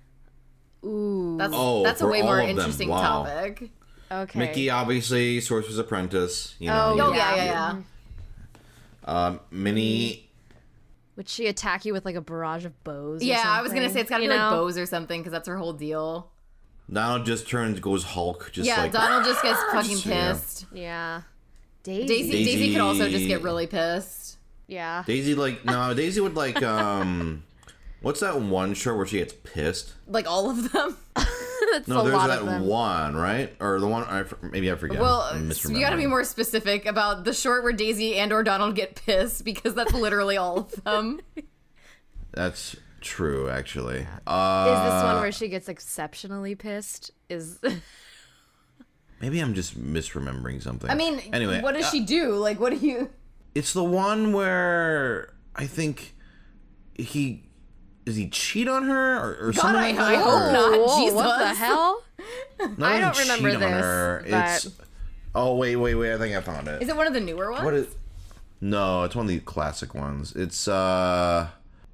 C: ooh,
B: That's
A: Oh,
B: that's a
A: for
B: way
A: all
B: more
A: of them,
B: interesting
A: wow.
B: topic.
C: okay.
A: Mickey, uh, obviously, Sorcerer's Apprentice. You know,
C: Oh,
A: you-
B: Oh yeah,
C: Yeah.
B: yeah, yeah.
A: Um, Minnie.
C: Would she attack you with like a barrage of bows? or
B: Yeah, I was gonna
C: something?
B: say it's gotta
C: You
B: be like
C: know?
B: bows or something because that's her whole deal.
A: Donald just turns, goes Hulk, just
B: Mm-hmm. Yeah,
A: like
B: Donald just gets fucking
A: yeah.
B: pissed.
C: Yeah. Daisy.
B: Daisy, Daisy could also just get
A: Daisy-
B: really pissed.
C: Yeah.
A: Daisy. Like no, Daisy would like um, what's that one show where she gets pissed?
B: Like all of them.
C: That's
A: No,
C: a
A: there's
C: lot
A: that
C: of them.
A: one right, or the one I f- maybe I forget.
B: Well,
A: I'm
B: you got to be
A: misremembering.
B: more specific about the short where Daisy and or Donald get pissed because that's literally all of them.
A: That's true, actually.
C: Is
A: Uh,
C: this one where she gets exceptionally pissed? Is
A: maybe I'm just misremembering something.
B: I mean,
A: anyway, uh,
B: what does she do? Like, what do you?
A: It's the one where I think he does he cheat on her or, or
B: God,
A: something.
B: I,
A: like
B: I
A: that,
B: hope
A: or-
B: not.
C: Whoa,
B: Jesus,
C: what the hell?
A: Not
C: I
A: even
C: don't remember
A: cheat on
C: this,
A: her,
C: but-
A: It's oh wait, wait, wait. I think I found it.
B: Is it one of the newer ones?
A: What is? No, it's one of the classic ones. It's uh,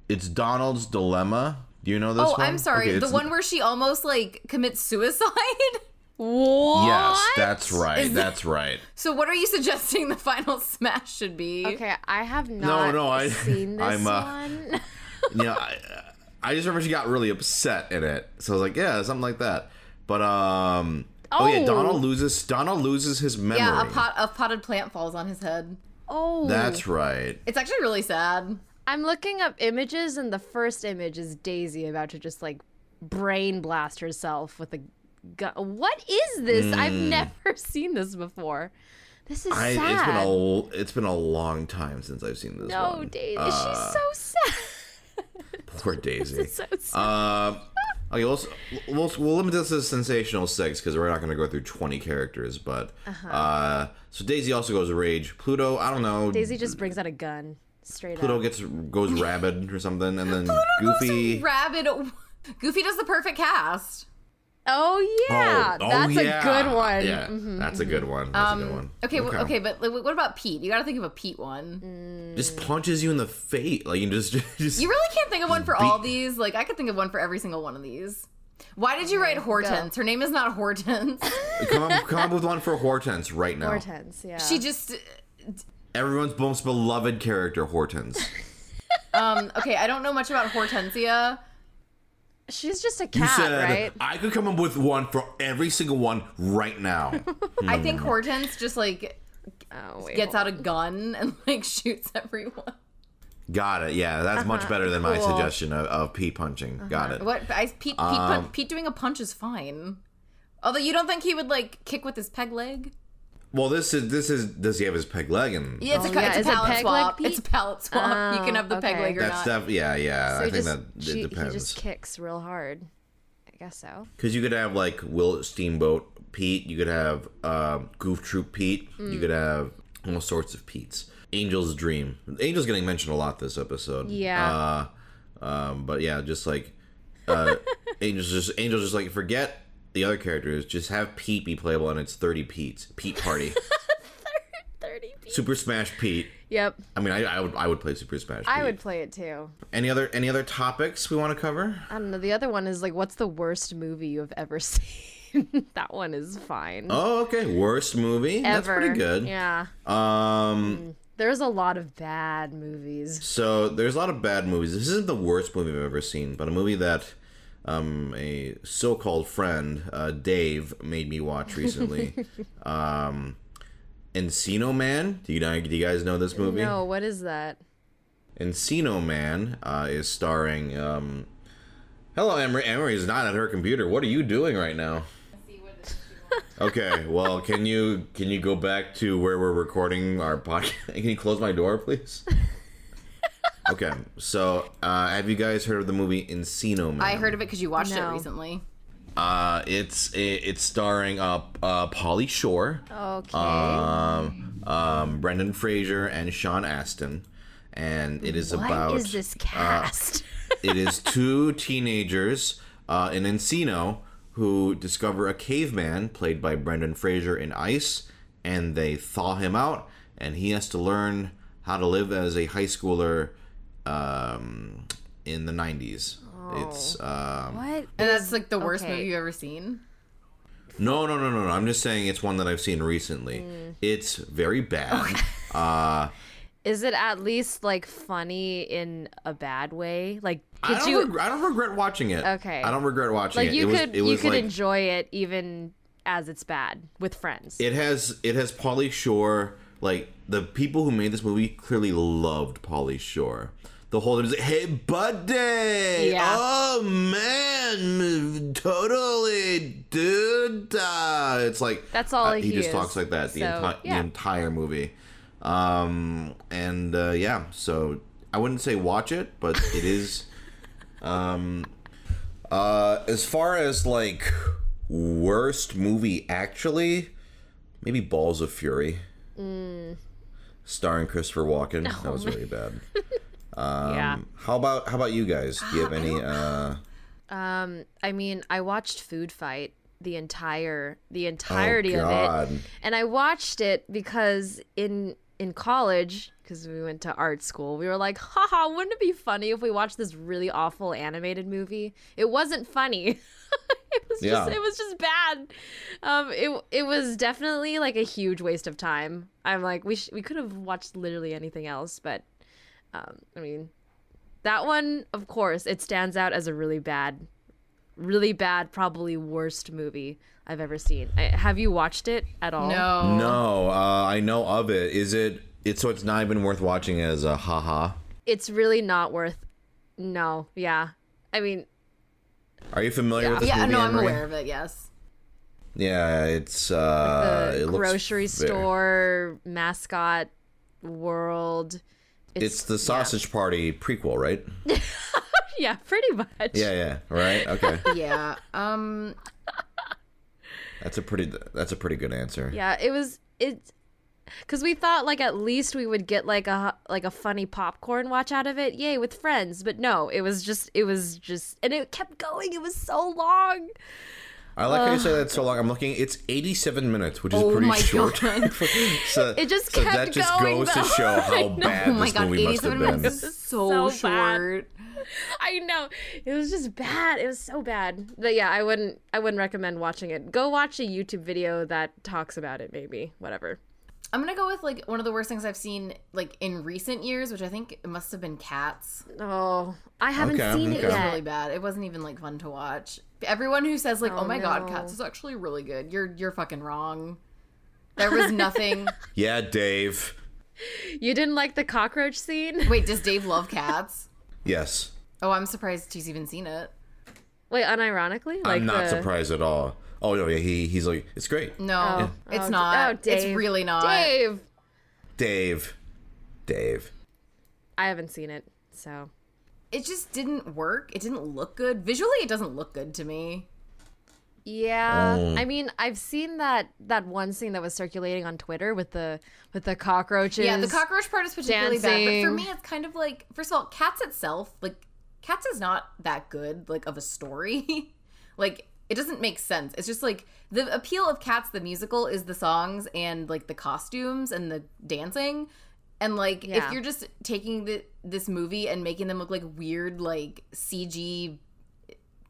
A: it's Donald's dilemma. Do you know this
B: oh,
A: one?
B: I'm sorry.
A: Okay,
B: the
A: it's-
B: one where she almost like commits suicide.
C: What?
A: Yes, that's right. That's right.
B: so, what are you suggesting the final smash should be?
C: Okay, I have
A: No,
C: not
A: no, I-
C: seen this
A: I'm, uh,
C: one.
A: you know, I, I just remember she got really upset in it. So I was like, yeah, something like that. But um, oh, yeah,
C: Oh.
A: Donald loses. Donald loses his memory.
B: Yeah, a pot a potted plant falls on his head.
C: Oh,
A: That's right.
B: It's actually really sad.
C: I'm looking up images, and the first image is Daisy about to just like brain blast herself with a gun. What is this? I've never seen this before. This is
A: Hmm. I,
C: sad.
A: it's been a l- it's been a long time since I've seen this
C: no,
A: one.
C: Daisy,
A: Uh,
C: she's so sad.
A: poor Daisy.
C: so sad.
A: Um, Okay, we'll, we'll, we'll limit this to sensational six because we're not going to go through 20 characters. But
C: Uh-huh.
A: uh so Daisy also goes rage. Pluto, I don't know.
C: Daisy just brings out a gun straight
A: Pluto
C: up.
A: gets goes rabid or something, and then Goofy.
B: Rabid. Goofy does the perfect cast.
C: Oh yeah,
A: Oh, oh,
C: that's
A: yeah.
C: a good one. Mm-hmm, um,
A: Yeah, that's a good one. That's a good one.
B: Okay, okay, okay but like, what about Pete? You got to think of a Pete one.
A: Just punches you in the face, like you just, just
B: You really can't think of one for all
A: beat-
B: these. Like I could think of one for every single one of these. Why did you write Hortense? Her name is not Hortense.
A: come, up- come up with one for Hortense right now.
C: Hortense, yeah.
B: she just
A: Everyone's most beloved character, Hortense.
B: um okay, I don't know much about Hortensia.
C: she's just a
A: You
C: cat,
A: said
C: right?
A: I could come up with one for every single one right now.
B: I think Hortense just like
C: Oh wait.
B: gets out a gun and like shoots everyone.
A: Got it. Yeah, that's much better than my
C: Uh-huh. cool. Uh-huh.
A: suggestion of, of pea punching. Got it.
B: What I Pete Pete,
A: Um,
B: pun- Pete doing a punch is fine. Although you don't think he would like kick with his peg leg?
A: Well, this is this is. Does he have his peg leg? And
B: Yeah, it's a,
C: Oh,
B: cu-
C: yeah,
B: it's a
C: is it
B: palate
C: peg leg,
B: swap.
C: Pete?
B: it's a palate swap. you can have the peg
C: okay.
B: leg or
A: that's
B: not.
A: def- yeah, yeah. I
C: So he
A: think
C: just,
A: that
C: she,
A: it
C: He just
A: depends.
C: kicks real hard. I guess so.
A: Because you could have like Will Steamboat Pete. You could have um, Goof Troop Pete. You could have all sorts of Petes. Angel's Dream. Angel's getting mentioned a lot this episode.
C: Yeah.
A: Uh, um, but yeah, just like uh, Angel's just Angel's just like forget the other characters. Just have Pete be playable, and it's thirty Pete's Pete Party.
C: Thirty.
A: Super Smash Pete.
C: Yep,
A: I mean, I, I would I would play Super Smash.
C: I
A: Pete.
C: would play it too.
A: Any other any other topics we want to cover?
C: I don't know. The other one is like, what's the worst movie you have ever seen? that one is fine.
A: Oh, okay. Worst movie. That's
C: Ever.
A: pretty good.
C: Yeah.
A: Um.
C: There's a lot of bad movies.
A: So there's a lot of bad movies. This isn't the worst movie I've ever seen, but a movie that um a so-called friend uh, Dave made me watch recently. um, Encino Man. Do you do you guys know this movie?
C: No, Oh, what is that?
A: Encino Man uh, is starring. Um, hello, Emery. Emery's not at her computer. What are you doing right now? okay. Well, can you can you go back to where we're recording our podcast? Can you close my door, please? okay. So, uh, have you guys heard of the movie Encino Man?
B: I heard of it because you watched
C: No.
B: it recently.
A: Uh, it's it, it's starring uh, uh Polly Shore
C: Okay.
A: um, um, Brendan Fraser and Sean Astin, and it is
C: What
A: about uh,
C: is this cast?
A: it is two teenagers uh, in Encino who discover a caveman played by Brendan Fraser in Ice, and they thaw him out, and he has to learn how to live as a high schooler um, in the '90s.
C: Oh.
A: It's um,
C: what?
B: And that's like the worst
C: okay.
B: movie you've ever seen.
A: No, no, no, no, no. I'm just saying it's one that I've seen recently.
C: Mm.
A: It's very bad. Uh,
C: Is it at least like funny in a bad way? Like,
A: I
C: could
A: don't,
C: you
A: reg- I don't regret watching it.
C: Okay.
A: I don't regret watching
C: like
A: it.
C: you
A: it was,
C: could
A: it
C: you
A: was
C: could
A: like,
C: enjoy it even as it's bad with friends?
A: It has it has Polly Shore. Like the people who made this movie clearly loved Polly Shore. The whole time is like, "Hey, buddy!
C: Yeah.
A: Oh man, totally, dude!" Uh, it's like
C: That's all
A: uh,
C: he
A: he just
C: is.
A: talks like that the,
C: So,
A: enti-
C: yeah.
A: the entire movie. Um, and uh, yeah, so I wouldn't say watch it, but it is. um, Uh, as far as like worst movie, actually, maybe Balls of Fury,
C: Mm.
A: starring Christopher Walken. that was really bad.
C: Oh,
A: Um,
C: yeah.
A: How about how about you guys? Do you have any? Uh,
C: Um, I mean, I watched Food Fight the entire the entirety of
A: oh, God.
C: it, and I watched it because in in college because we went to art school we were like haha wouldn't it be funny if we watched this really awful animated movie it wasn't funny it was just
A: Yeah.
C: it was just bad um it it was definitely like a huge waste of time i'm like we sh- we could have watched literally anything else but um i mean that one, of course, it stands out as a really bad, really bad, probably worst movie I've ever seen. I, have you watched it at all?
B: No.
A: no, uh, I know of it. Is it? It's so it's not even worth watching as a haha.
C: It's really not worth. No, yeah. I mean,
A: Are you familiar with this
B: Yeah,
A: movie?
B: no, I'm
A: Emery?
B: aware of it. Yes.
A: Yeah, it's uh,
C: the
A: it looks
C: grocery
A: very-
C: store mascot world.
A: It's the Sausage Party prequel, right?
C: yeah, pretty much.
A: Yeah, yeah. Right? Okay.
B: yeah. Um.
A: That's a pretty that's a pretty good answer.
C: Yeah, it was it because we thought like at least we would get like a like a funny popcorn watch out of it, yay with friends. But no, it was just it was just and it kept going. It was so long.
A: I like how you say that so long. I'm looking. It's 87 minutes, which is
B: Oh
A: pretty
B: my
A: short.
B: God.
A: so
C: It just
A: so
C: kept
A: that just
C: going,
A: goes
C: though.
A: to show how bad
B: Oh my
A: this
B: god,
A: movie must have
B: eighty-seven
A: been.
B: minutes is so,
C: So bad.
B: short.
C: I know it was just bad. It was so bad. But yeah, I wouldn't I wouldn't recommend watching it. Go watch a YouTube video that talks about it. Maybe whatever.
B: I'm gonna go with like one of the worst things I've seen like in recent years, which I think must have been Cats.
C: Oh, I haven't
A: Okay,
C: seen
A: okay.
C: it
B: It was
C: yet.
B: really bad. It wasn't even like fun to watch. Everyone who says like, "Oh, my god,
C: no.
B: Cats is actually really good," you're you're fucking wrong. There was nothing.
A: Yeah, Dave.
C: You didn't like the cockroach scene?
B: Wait, does Dave love cats?
A: Yes.
B: Oh, I'm surprised he's even seen it.
C: Wait, unironically, like
A: I'm not
C: the...
A: surprised at all. Oh no, yeah, he he's like it's great.
B: No,
C: Oh.
B: it's
C: Oh,
B: not.
C: oh, Dave.
B: It's really not.
C: Dave.
A: Dave. Dave.
C: I haven't seen it, so
B: It just didn't work. It didn't look good. Visually, it doesn't look good to me.
C: Yeah, I mean, I've seen that that one scene that was circulating on Twitter with the with the cockroaches.
B: Yeah, the cockroach part is particularly bad. But for
C: dancing.
B: me, it's kind of like, first of all, cats itself, like, cats is not that good, like, of a story. like, it doesn't make sense. It's just like the appeal of Cats the musical is the songs and like the costumes and the dancing. And like
C: Yeah.
B: if you're just taking the, this movie and making them look like weird like CG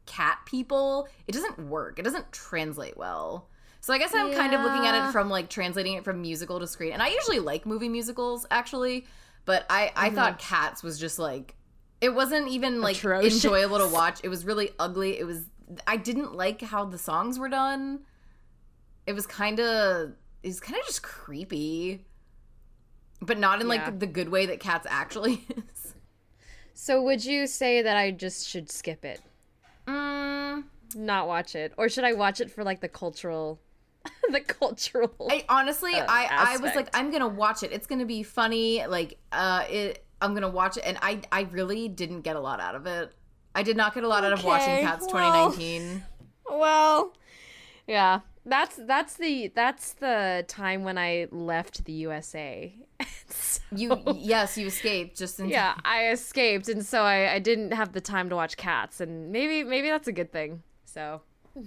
B: cat people, it doesn't work. It doesn't translate well. So I guess I'm kind of looking at it
C: Yeah.
B: from like translating it from musical to screen. And I usually like movie musicals actually, but I
C: Mm-hmm.
B: I thought Cats was just like it wasn't even like
C: Atrocious.
B: enjoyable to watch. It was really ugly. It was I didn't like how the songs were done. It was kind of it was kind of just creepy. But not in
C: Yeah.
B: like the good way that Cats actually is.
C: So would you say that I just should skip it,
B: Mm,
C: not watch it, or should I watch it for like the cultural, the cultural?
B: I honestly, I I was like,
C: Uh, aspect.
B: I'm gonna watch it. It's gonna be funny. Like, uh, it. I'm gonna watch it, and I I really didn't get a lot out of it. I did not get a lot out of watching
C: Okay,
B: Cats
C: well.
B: 2019.
C: well, yeah, that's that's the that's the time when I left the USA. So-
B: You yes, you escaped just in
C: yeah, I escaped, and so I, I didn't have the time to watch Cats, and maybe maybe that's a good thing. So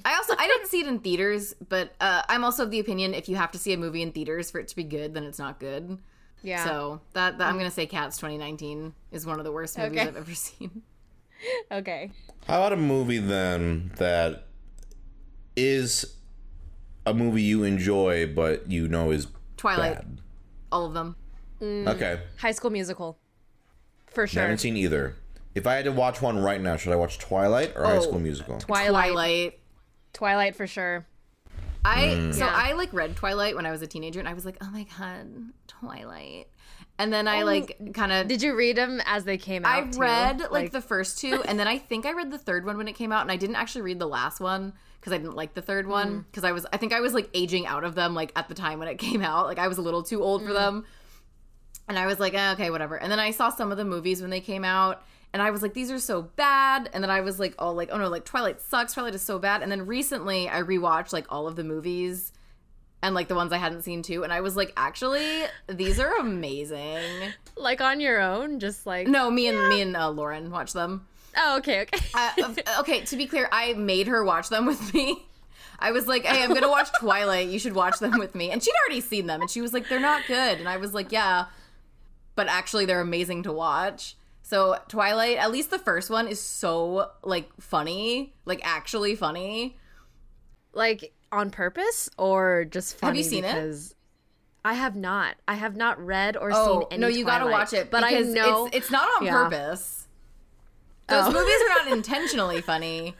B: I also I didn't see it in theaters, but uh, I'm also of the opinion if you have to see a movie in theaters for it to be good, then it's not good.
C: yeah. Mm.
B: So that, that I'm gonna say Cats 2019 is one of the worst movies
C: Okay.
B: I've ever seen.
C: Okay.
A: How about a movie then that is a movie you enjoy but you know is
B: Twilight,
A: bad?
B: all of them. Mm.
A: Okay.
C: High School Musical. For
A: I
C: sure.
A: haven't seen either. If I had to watch one right now, should I watch Twilight or
B: Oh,
A: High School Musical?
C: Twilight. Twilight.
B: Twilight.
C: for sure.
B: I so
C: Yeah.
B: I like read Twilight when I was a teenager, and I was like, oh my god, Twilight. And then I like kind of
C: Did you read them as they came
B: I
C: out? too?
B: read like, the first two, and then I think I read the third one when it came out, and I didn't actually read the last one because I didn't like the third one because I was I think I was like aging out of them like at the time when it came out, like I was a little too old for them, and I was like eh, okay whatever. And then I saw some of the movies when they came out, and I was like these are so bad, and then I was like all like oh no like Twilight sucks, Twilight is so bad, and then recently I rewatched like all of the movies. And like the ones I hadn't seen too, and I was like, actually, these are amazing.
C: like on your own, just like
B: No, me and me and uh, Lauren watched them.
C: Oh, okay, okay.
B: Uh, of- okay, to be clear, I made her watch them with me. I was like, "Hey, I'm gonna watch Twilight. You should watch them with me." And she'd already seen them, and she was like, "They're not good." And I was like, "Yeah, but actually, they're amazing to watch." So Twilight, at least the first one, is so like funny, like actually funny.
C: like on purpose or just funny
B: you seen it?
C: because it? I have not. I have not read or seen
B: Oh
C: any
B: no, you gotta
C: Twilight,
B: watch it.
C: But I
B: because
C: know
B: it's, it's not on
C: Yeah.
B: purpose. Those
C: Oh.
B: movies are not intentionally funny.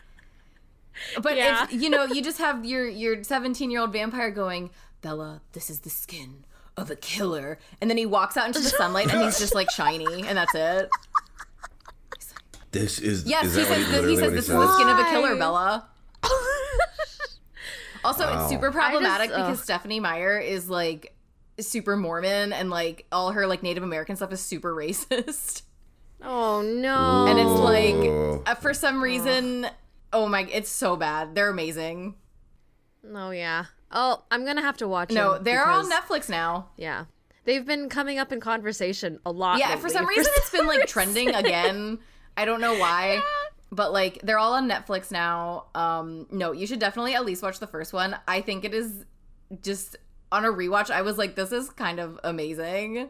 B: But
C: Yeah.
B: if, you know, you just have your your 17 year old vampire going, Bella, this is the skin of a killer, and then he walks out into the sunlight and he's just like shiny, and that's it.
A: This is
B: Yes,
A: is
B: he
A: that what
B: says this, he
A: literally
B: says
A: what
B: this is the skin of a killer,
C: Why?
B: Bella. Also,
A: Wow.
B: it's super problematic
C: ugh.
B: because Stephanie Meyer is like super Mormon and like all her like Native American stuff is super racist.
C: Oh no.
B: And it's like-
A: Ooh.
B: uh, for some reason, oh my, it's so bad. They're amazing.
C: Oh yeah. Oh, I'm gonna have to watch.
B: No,
C: him
B: they're
C: because-
B: on Netflix now.
C: Yeah, they've been coming up in conversation a lot.
B: Yeah, for
C: lately.
B: some reason it's been like
C: reason.
B: trending again. I don't know why. But like they're all on Netflix now. Um no, you should definitely at least watch the first one. I think it is just on a rewatch I was like this is kind of amazing.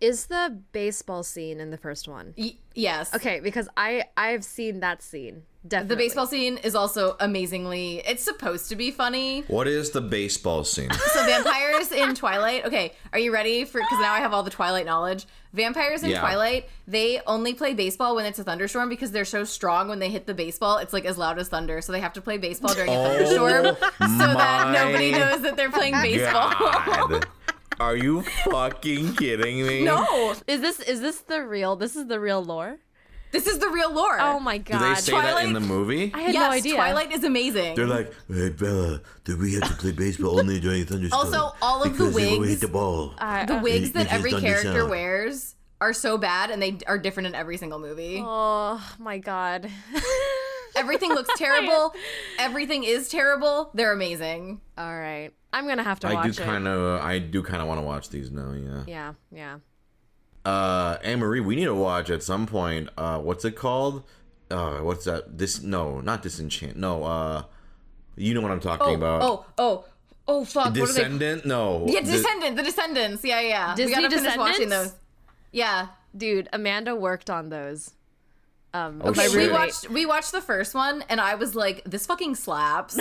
C: Is the baseball scene in the first one?
B: Y- yes.
C: Okay, because I I've seen that scene definitely.
B: The baseball scene is also amazingly it's supposed to be funny.
A: What is the baseball scene?
B: So vampires in Twilight. Okay, are you ready for? Because now I have all the Twilight knowledge. Vampires in
A: Yeah.
B: Twilight. They only play baseball when it's a thunderstorm because they're so strong. When they hit the baseball, it's like as loud as thunder. So they have to play baseball during a thunderstorm
A: Oh
B: so that
A: my
B: nobody knows that they're playing baseball.
A: God. Are you fucking kidding me?
B: No,
C: Is this is this the real? This is the real lore.
B: this is the real lore.
C: Oh my
A: Do
C: god!
A: they say that in the
B: Twilight-
A: movie?
C: I had
B: yes,
C: no idea.
B: Twilight is amazing.
D: They're like, hey Bella, do we have to play baseball only during thunderstorm?
B: Also, all of the
D: because they will
B: wigs-
D: hit the ball.
C: I-
B: the
C: uh,
B: wigs
D: They- they
B: that
D: just
B: every
D: done this
B: character
D: out.
B: wears are so bad, and they are different in every single movie.
C: oh my god.
B: Everything looks terrible. Everything is terrible. They're amazing.
C: All right, I'm gonna have to
A: I
C: watch
A: do
C: it.
A: kind of, I do kind of want to watch these now. Yeah.
C: Yeah, yeah.
A: Uh, Anne Marie, we need to watch at some point. Uh, what's it called? Uh, what's that? This no, not disenchant. No, uh, you know what I'm talking
B: Oh,
A: about.
B: oh, oh, oh, fuck.
A: Descendant? No.
B: What are they? Yeah,
A: The-
B: Descendant. The Descendants. Yeah, yeah.
C: Disney
B: we gotta finish watching
C: Descendants?
B: those. Yeah.
C: Dude, Amanda worked on those. Um,
A: Oh,
C: my
A: shit.
B: We
A: Really?
C: roommate.
B: watched. We watched the first one, and I was like, "This fucking slaps."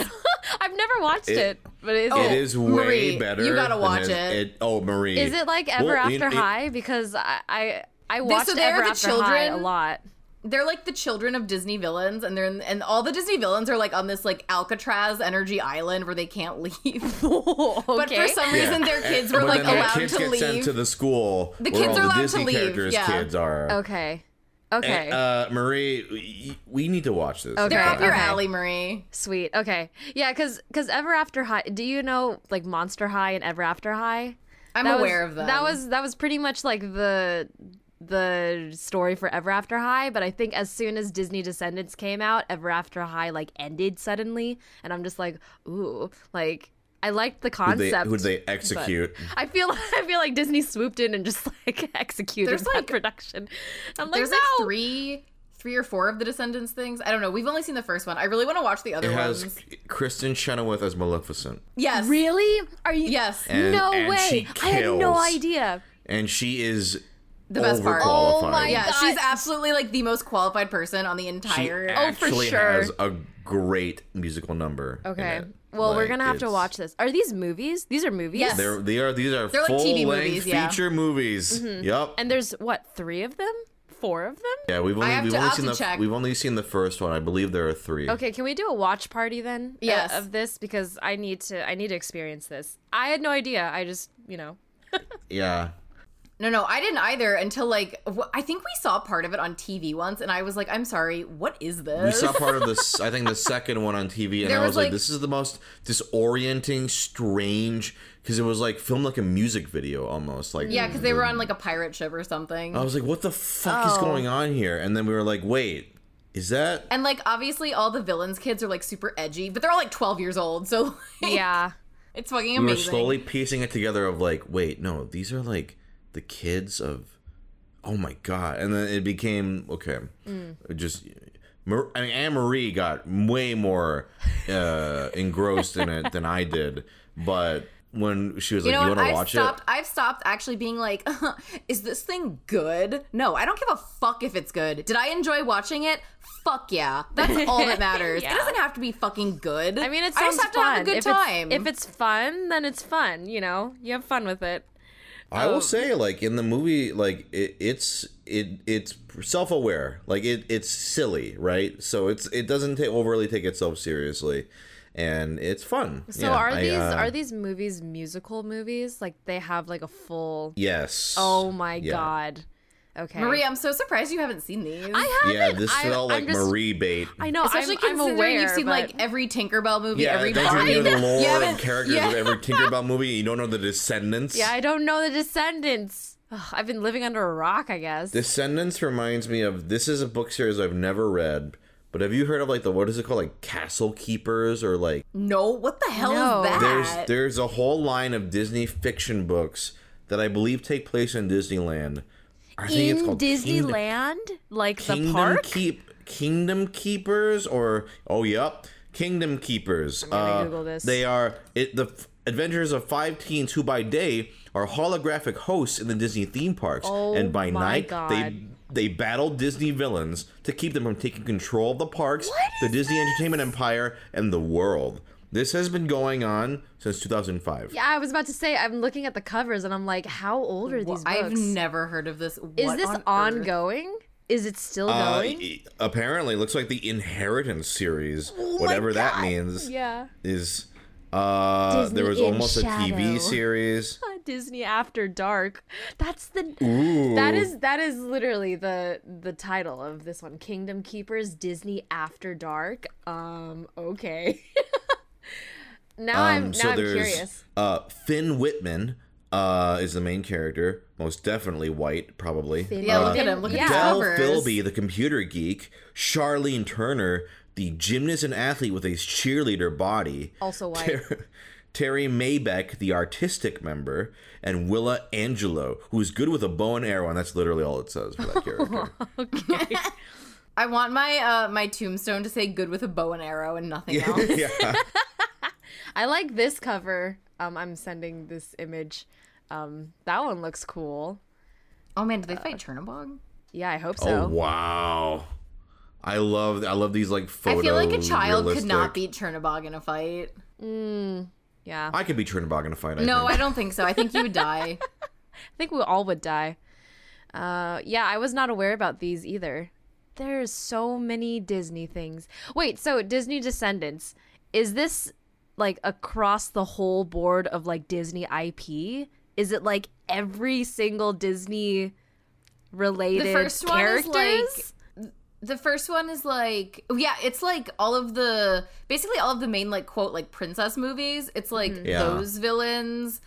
C: I've never watched it,
A: It-
C: but is
A: It
C: it,
A: is way
B: Marie,
A: better.
B: you gotta
A: than
B: watch
A: his-
B: it.
A: Oh, Marie.
C: is it like Ever
A: Well, it-
C: After
A: it-
C: High? Because I I, I watched
B: so they're
C: Ever
B: the
C: After High a
B: children?
C: lot.
B: they're like the children of Disney villains, and they're in, and all the Disney villains are like on this like Alcatraz energy island where they can't leave.
C: Oh,
B: But for some
A: Yeah. Eh,
B: reason, their kids were
A: But
B: like
A: then the
B: allowed
A: kids
B: to
A: get
B: leave.
A: sent to the school
B: The
A: where
B: kids
A: all
B: are
A: the
B: allowed to
A: Disney
B: leave,
A: characters'
B: yeah.
A: kids are.
C: okay, okay,
A: And, uh, Marie, we, we need to watch this.
B: they're
C: Okay,
B: up your
C: okay.
B: alley, Marie.
C: sweet, okay, yeah, because because Ever After High. Do you know like Monster High and Ever After High?
B: I'm
C: That was-
B: aware of them.
C: That was that was pretty much like the the story for Ever After High, but I think as soon as Disney Descendants came out, Ever After High like ended suddenly, and I'm just like, ooh, like I liked the
A: Who they,
C: concept.
A: who they execute?
C: I feel I feel like Disney swooped in and just like executed
B: There's,
C: that
B: like-
C: production. I'm like,
B: There's
C: no.
B: like three, three or four of the Descendants things. I don't know. We've only seen the first one. I really want to watch the other
A: It has
B: ones.
A: Kristen Chenoweth as Maleficent,
B: Yes.
C: Really? Are you?
B: Yes.
A: And-
C: no
A: and
C: way!
A: she
C: I had no
A: kills.
C: idea.
A: and she is
B: The best part.
A: overqualified.
C: Oh my
B: Yeah,
C: God.
B: she's absolutely like the most qualified person on the
A: She
B: entire.
C: Oh, for
A: actually
C: sure.
A: has a great musical number. in
C: Okay.
A: it.
C: Well, we're
A: Like,
C: gonna have to
A: it's-
C: watch this. Are these movies? These are movies.
B: Yes.
A: They're they are these are
B: They're like
A: full
B: TV
A: length
B: movies, yeah.
A: feature movies. Yep.
C: And there's what three of them? Four of them?
A: yeah, we've
B: have
A: only we've
B: to- I'll
A: only
B: have
A: seen
B: to
A: the
B: check.
A: we've only seen the first one. I believe there are three.
C: Okay, can we do a watch party then? uh,
B: Yes.
C: of this because I need to. I need to experience this. I had no idea. I just you know.
A: Yeah.
B: no, no, I didn't either until like wh- I think we saw part of it on TV once, and I was like, I'm sorry, what is this?
A: We saw part of this. I think the second one on TV, and
B: There
A: I
B: was,
A: was, like,
B: like-
A: "This is the most disorienting, strange." Because it was like filmed like a music video almost. Like
B: yeah, because they were on like a pirate ship or something.
A: I was like, "What the fuck is
C: Oh.
A: going on here?" And then we were like, "Wait, is that?"
B: and like obviously all the villains' kids are like super edgy, but they're all like 12 years old, so like,
C: Yeah.
B: it's fucking
A: we were
B: amazing.
A: slowly piecing it together of like, wait, no, these are like the kids of, oh my god, and then it became okay.
B: Mm.
A: It Just, Mar- I mean, Anne Marie got way more uh, engrossed in it than I did, but when she was
B: You
A: like,
B: know
A: "You
B: what?
A: want to
B: I've
A: watch
B: stopped.
A: it?"
B: I've stopped actually being like, "Is this thing good?" No, I don't give a fuck if it's good. Did I enjoy watching it? Fuck yeah, that's all that matters.
C: Yeah.
B: It doesn't have to be fucking good.
C: I mean, it
B: I
C: sounds
B: just have
C: fun.
B: to have a good
C: if it's-
B: time.
C: if it's fun, then it's fun. You know, you have fun with it.
A: I
C: Oh.
A: will say, like in the movie, like it, it's it it's self-aware, like it it's silly, right? So it's it doesn't ta- overly take itself seriously, and it's fun.
C: So are these
A: uh,
C: are these movies musical movies? Like they have like a full.
A: Yes.
C: Oh my
A: Yeah.
C: god. Okay.
B: Maria, I'm so surprised you haven't seen these.
C: I haven't.
A: Yeah, this
C: I,
A: felt
C: I'm
A: like
C: just,
A: Marie bait.
C: I know.
B: Especially
C: I'm, I'm
B: considering
C: aware
B: you've seen
C: but-
B: like every Tinkerbell movie,
A: yeah,
B: every
A: don't
B: Barbie.
A: you know the
B: You
A: lore
B: haven't-
A: and characters
B: yeah.
A: of every Tinkerbell movie? You don't know the descendants?
C: Yeah, I don't know the Descendants. Ugh, I've been living under a rock, I guess.
A: Descendants reminds me of this is a book series I've never read, but have you heard of like the what is it called like Castle Keepers or like
B: No, what the hell
C: No.
B: is that?
A: there's there's a whole line of Disney fiction books that I believe take place in Disneyland. I think it's
C: in
A: called Kingdom-
C: Disneyland, like the
A: Kingdom
C: park.
A: Keep Kingdom Keepers or oh yep, Kingdom Keepers.
C: gonna
A: Uh,
C: Google this.
A: They are it, the f- adventures of five teens who by day are holographic hosts in the Disney theme parks,
C: Oh
A: and by
C: my
A: night they
C: God.
A: they battle Disney villains to keep them from taking control of the parks, the Disney Entertainment Empire, and the world. This has been going on since 2005.
C: yeah, I was about to say. I'm looking at the covers, and I'm like, how old are
B: Well,
C: these books?
B: I've never heard of this. What
C: Is this
B: on earth?
C: ongoing? Is it still
A: Uh,
C: going?
A: e- apparently, it looks like the Inheritance series, whatever that means.
C: Oh yeah.
A: is uh
C: Disney
A: there was
C: in
A: almost a
C: shadow.
A: TV series.
C: Disney After Dark. That's the
A: Ooh.
C: that is that is literally the the title of this one. Kingdom Keepers Disney After Dark. Um okay. now I'm
A: Um,
C: now I'm curious.
A: uh Finn Whitman uh is the main character, most definitely white probably.
B: Yeah,
A: Uh,
B: look at him. Look at the
C: Yeah.
A: Del
B: covers.
A: Philby, the computer geek, Charlene Turner, the gymnast and athlete with a cheerleader body.
C: Also white.
A: Ter- Terry Maybeck, the artistic member, and Willa Angelo, who is good with a bow and arrow, and that's literally all it says for that character.
B: I want my uh, my tombstone to say "good with a bow and arrow" and nothing else.
A: yeah.
C: I like this cover. Um I'm sending this image. Um that one looks cool.
B: Oh man, do they fight Chernobog?
C: Yeah, I hope
A: Oh
C: so.
A: wow! I love I love these like photos.
B: I feel like a child could not beat Chernobog in a fight.
C: yeah. I
A: I could be Chernobog in a fight. I
B: No, I
A: think.
B: don't think so. I think you would die.
C: think we all would die. Uh yeah, I was not aware about these either. There's so many Disney things. Wait, so Disney Descendants, is this like across the whole board of like Disney IP? Is it like every single Disney related
B: The first one is
C: characters?
B: like the first one is like yeah, it's like all of the basically all of the main like quote like princess movies. It's like
A: Mm-hmm. Yeah.
B: those villains,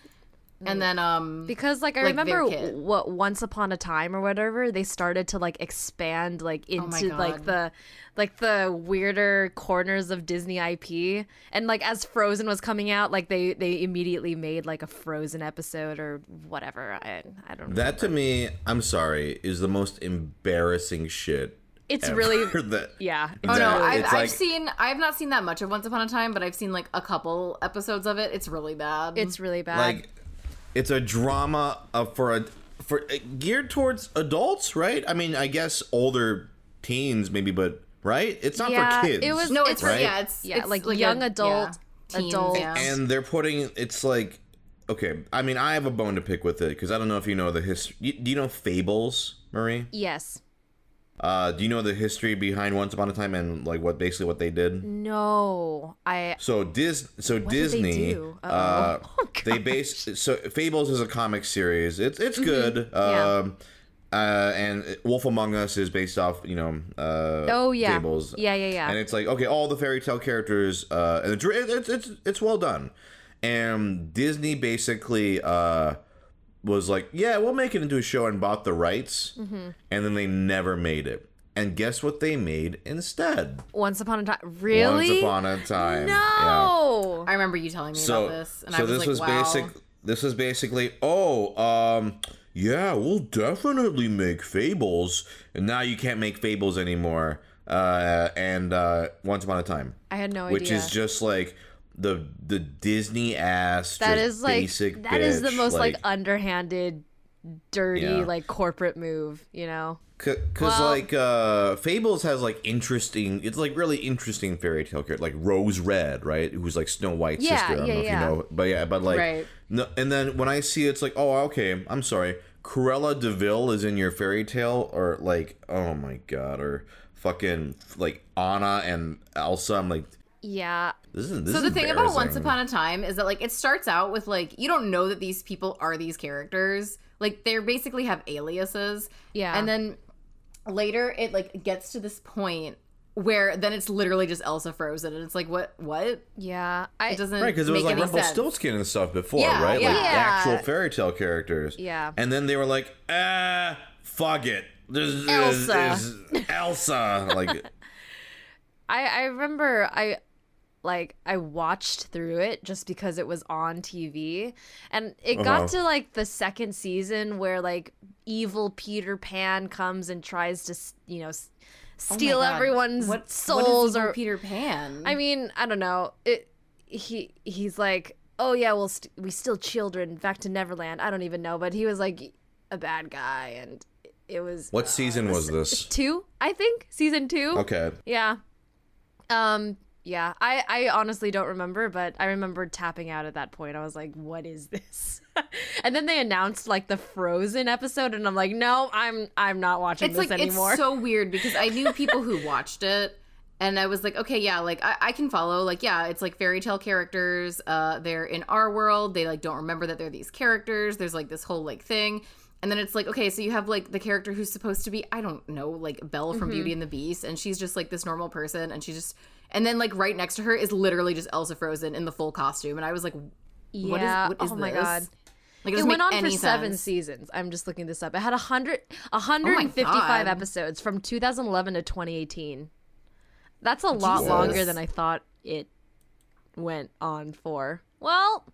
B: and then um
C: because like I
B: like, their
C: remember
B: kid.
C: what Once Upon a Time or whatever they started to like expand like
B: Oh my
C: into like
B: God.
C: the like the weirder corners of Disney IP and like as Frozen was coming out like they they immediately made like a Frozen episode or whatever I I don't know
A: That to me, I'm sorry, is the most embarrassing shit.
C: it's
A: ever.
C: really
A: that.
C: yeah
B: Oh no,
A: that-
B: I've,
A: it's
B: I've
A: like-
B: seen. I've not seen that much of Once Upon a Time, but I've seen like a couple episodes of it. It's really bad.
C: it's really bad
A: like it's a drama of, for a for eh, geared towards adults, right? I mean, I guess older teens maybe, but right? It's not
C: Yeah,
A: for kids.
C: it was-
B: no, it's,
A: Right?
B: yeah, it's
C: Yeah,
B: it's
C: like
B: a-
C: young adult,
B: teens,
C: adult.
B: yeah.
A: and they're putting it's like okay. I mean, I have a bone to pick with it because I don't know if you know the history. Do you know Fables, Marie?
C: yes
A: Uh, do you know the history behind Once Upon a Time and like what basically what they did?
C: no I
A: So Dis, so
C: Mm. did they
A: Disney,
C: do? Uh-oh.
A: uh,
C: Oh,
A: they base so Fables is a comic series. It's it's good.
C: Mm-hmm. Yeah.
A: Um, uh, and Wolf Among Us is based off you know uh,
C: Oh, yeah.
A: Fables.
C: Yeah, yeah, yeah.
A: And it's like okay, all the fairy tale characters. Uh, and it's it- it's it's it's well done. And Disney basically uh was like, yeah, we'll make it into a show and bought the rights,
B: Mm-hmm.
A: and then they never made it. And guess what they made instead?
C: Once Upon a Time
A: Once
C: really
A: upon a time. Yeah
C: no
B: I remember you telling me about this, and I was like, "Wow."
A: basic. This was basically, oh, um, yeah, we'll definitely make fables, and now you can't make fables anymore. Uh, and uh, once upon a time,
C: I had no
A: which
C: idea
A: is just like the the Disney ass.
C: That
A: just
C: is like
A: basic
C: that is the
A: bitch,
C: most like, underhanded, dirty
A: Yeah.
C: like corporate move. You know,
A: Because like uh, Fables has like interesting, it's like really interesting fairy tale character, like Rose Red, right? Who's like Snow White's
C: Yeah,
A: sister. I don't
C: yeah,
A: know
C: yeah.
A: if you know, but yeah, but like,
B: Right.
A: no, and then when I see it's like, oh, okay, I'm sorry, Corella Deville is in your fairy tale, or like, oh my god, or fucking like Anna and Elsa. I'm like,
C: yeah,
A: this is this
B: So
A: is
B: the thing about Once
A: embarrassing.
B: Upon a Time is that like it starts out with like you don't know that these people are these characters. Like they basically have aliases.
C: Yeah.
B: And then later it like gets to this point where then it's literally just Elsa frozen, and it's like, what? What?
C: Yeah, I
B: It doesn't
A: Right, because it was
B: make
A: like
B: any sense.
A: Rumpelstiltskin and stuff before,
B: Yeah,
A: right? Like
B: yeah.
A: actual
C: Yeah.
A: fairy tale characters.
C: Yeah.
A: And then they were like, ah, fuck it. This is-
C: Elsa.
A: is Elsa. Like,
C: I, I remember I like I watched through it just because it was on TV and it
A: Uh-huh.
C: got to like the second season where like evil Peter Pan comes and tries to s- you know s-
B: Oh my
C: steal
B: God.
C: everyone's
B: What- what is
C: souls
B: evil
C: or
B: Peter Pan.
C: I mean, I don't know. It he he's like, "Oh yeah, well st- we steal children back to Neverland." I don't even know, but he was like a bad guy and it was
A: what season was this?
C: 2, I think, season 2.
A: Okay.
C: Yeah. Um yeah, I I honestly don't remember, but I remember tapping out at that point. I was like, "What is this?" and then they announced like the Frozen episode and I'm like, "No, I'm I'm not watching
B: it's
C: this
B: like
C: anymore."
B: it's so weird because I knew people who watched it, and I was like, okay, yeah, like I, I can follow, like yeah, it's like fairy tale characters. Uh, they're in our world. They like don't remember that they're these characters. There's like this whole like thing. And then it's like, okay, so you have like the character who's supposed to be, I don't know, like Belle
C: Mm-hmm.
B: from Beauty and the Beast, and she's just like this normal person, and she just, and then like right next to her is literally just Elsa Frozen in the full costume, and I was like, what is,
C: Yeah.
B: what is
C: Oh my
B: this?
C: God.
B: Like,
C: It
B: doesn't
C: went
B: make
C: on for
B: any
C: seven
B: sense.
C: seasons. I'm just looking this up. It had 100, 155
B: God.
C: episodes from 2011 to 2018. That's a lot
B: Jesus.
C: longer than I thought it went on for. Well,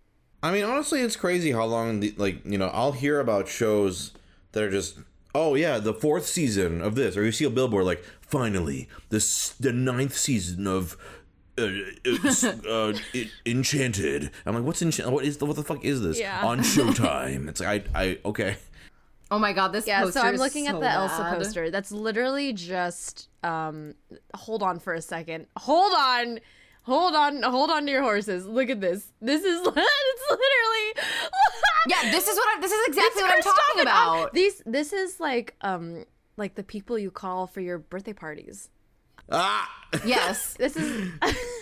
A: I mean, honestly, it's crazy how long, the, like, you know, I'll hear about shows that are just, oh, yeah, the fourth season of this, or you see a billboard like, finally, this, the ninth season of. Uh, it's, uh, it, enchanted. I'm like, what's enchanted? What is the what the fuck is this?
C: Yeah.
A: On Showtime. It's like I I okay.
B: Oh my god, this
C: yeah,
B: poster
C: so I'm
B: is
C: looking at
B: so
C: the Elsa
B: bad.
C: poster. That's literally just um hold on for a second. Hold on. Hold on, hold on to your horses. Look at this. This is it's literally
B: Yeah, this is what I, this is exactly what I'm talking
C: Kristoffer- oh,
B: about.
C: These this is like um like the people you call for your birthday parties.
A: Ah,
B: Yes,
C: This is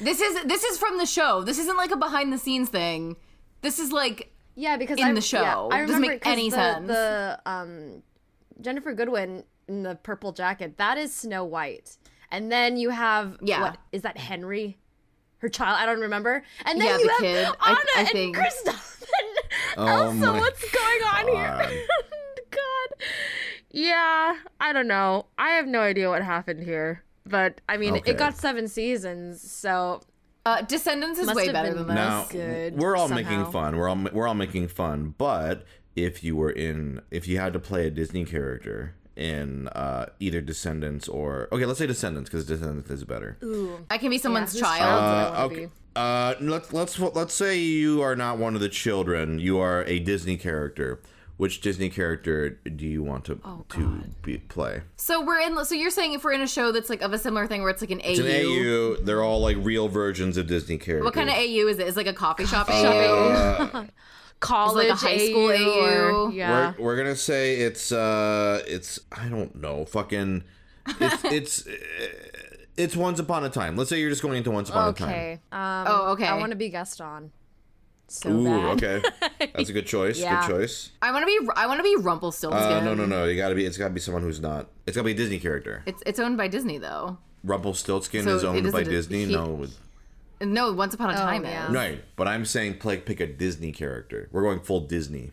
B: this is this is from the show. This isn't like a behind the scenes thing. This is like
C: yeah because
B: In
C: I'm-
B: the show.
C: yeah, I
B: Doesn't
C: remember
B: make
C: 'cause
B: any
C: the,
B: sense.
C: The um Jennifer Goodwin in the purple jacket that is Snow White, and then you have
B: Yeah.
C: what is that Henry? Her child, I don't remember. And then
B: Yeah,
C: you
B: the
C: have
B: kid.
C: Anna
B: I- I
C: and
B: think-
C: Kristoff and
A: Oh
C: Elsa.
A: my
C: What's going on here? God, yeah, I don't know. I have no idea what happened here, but I mean,
A: Okay.
C: it got seven seasons, so
B: uh, Descendants is
C: Must
B: way
C: have
B: better
C: been-
B: than this.
A: now
C: good
A: we're all
C: somehow.
A: making fun we're all we're all making fun but if you were in if you had to play a disney character in uh, either descendants or okay let's say descendants because descendants is better
B: I can be someone's
C: who's
B: child.
C: child? I
A: uh,
C: wanna
A: okay uh, let's let's let's say you are not one of the children you are a disney character which disney character do you want to to be, play
B: So we're in. So you're saying if we're in a show that's like of a similar thing where it's like an AU.
A: it's an au they're all like real versions of disney characters
B: What kind of AU is it? Is it like a coffee shop AU?
A: uh,
C: college,
B: It's like a high school AU,
C: or-
B: or-
C: yeah.
A: We're, we're gonna say it's uh it's I don't know fucking it's it's uh, it's once upon a time. Let's say you're just going into once upon a time.
C: Okay. Um,
B: Oh, okay.
C: I want to be Gaston. So
A: Ooh,
C: bad.
A: okay, that's a good choice.
C: Yeah.
A: Good choice.
B: I want to be. I want to be Rumpelstiltskin.
A: Uh, no, no, no. You gotta be. It's gotta be someone who's not. It's gotta be a Disney character.
B: It's it's owned by Disney though.
A: Rumpelstiltskin
B: So
A: is
B: it
A: owned
B: is
A: by
B: a Dis-
A: Disney.
B: he-
A: no, with-
B: No, Once Upon a Time
C: Oh, yeah.
B: is.
A: right. But I'm saying play pick a Disney character. We're going full Disney.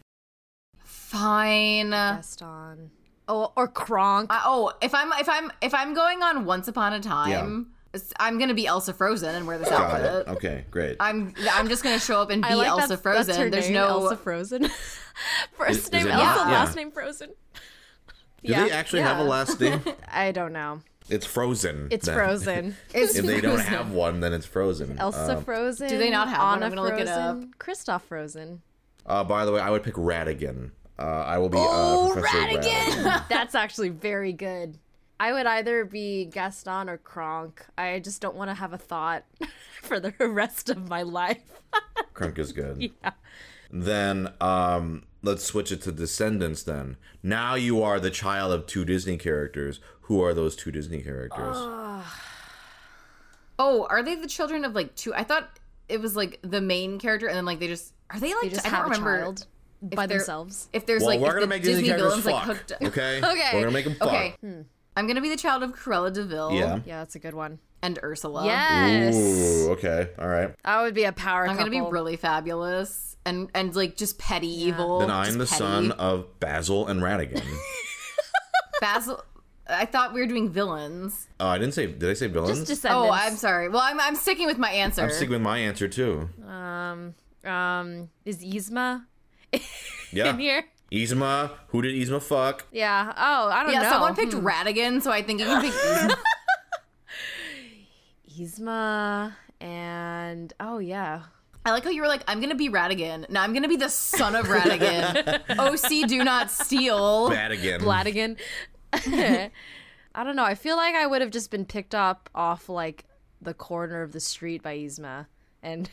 B: Fine.
C: Gaston. Oh, or Kronk.
B: I, oh, if I'm if I'm if I'm going on Once Upon a Time, s- I'm gonna be Elsa Frozen and wear this
A: Got
B: outfit.
A: it. Okay, great.
B: I'm I'm just gonna show up and be
C: I like
B: Elsa
C: that's,
B: Frozen.
C: That's her
B: There's
C: name,
B: no
C: Elsa Frozen. First
A: Is- is
C: name
A: it
C: Elsa,
A: not?
C: last
A: Yeah.
C: name Frozen.
A: Do they actually have a last name?
C: I don't know.
A: It's Frozen.
C: It's
A: then.
C: Frozen.
B: It's
A: If they don't have one, then it's Frozen.
C: Elsa
A: Um,
C: Frozen.
B: do they not have one?
C: Anna
B: I'm gonna look it
C: Frozen, Kristoff Frozen.
A: Uh, by the way, I would pick Radigan. Uh, I will be. uh, Professor Radigan.
C: That's actually very good. I would either be Gaston or Kronk. I just don't want to have a thought for the rest of my life.
A: Crunk is good. Then um, let's switch it to Descendants. Then now you are the child of two Disney characters. Who are those two Disney characters?
B: Oh, are they the children of like two? I thought it was like the main character, and then like they just are they like
C: They just
B: I don't
C: have a
B: remember
C: child
B: if
C: by
B: they're-
C: themselves.
B: If there's
A: well,
B: like
A: we're
B: if
A: gonna
B: the
A: make Disney,
B: Disney
A: characters
B: villains
A: fuck.
B: like hooked.
A: okay.
C: Okay.
A: We're gonna make them fuck.
B: Okay. Hmm. I'm gonna be the child of Cruella Deville
A: Yeah.
C: Yeah, that's a good one.
B: and Ursula.
C: Yes.
A: Ooh, okay. All right.
C: I would be a power
B: I'm gonna be
C: couple.
B: really fabulous and and like just petty evil.
A: Then I'm
B: just
A: the
B: petty.
A: son of Basil and Radigan.
B: Basil. I thought we were doing villains.
A: Oh, I didn't say. Did I say villains?
C: Just
B: Oh,
C: descendants.
B: I'm sorry. Well, I'm I'm sticking with my answer.
A: I'm sticking with my answer too.
C: um, is Yzma
A: Yeah.
C: in here?
A: Yzma. Who did Yzma fuck?
C: Yeah. Oh, I don't
B: yeah,
C: know.
B: someone picked Radigan, so I think you can pick. Yzma.
C: Yzma and oh yeah.
B: I like how you were like, I'm gonna be Radigan. No, I'm gonna be the son of Radigan. OC, do not steal.
A: Radigan.
C: Bladigan. I don't know. I feel like I would have just been picked up off like the corner of the street by Yzma, and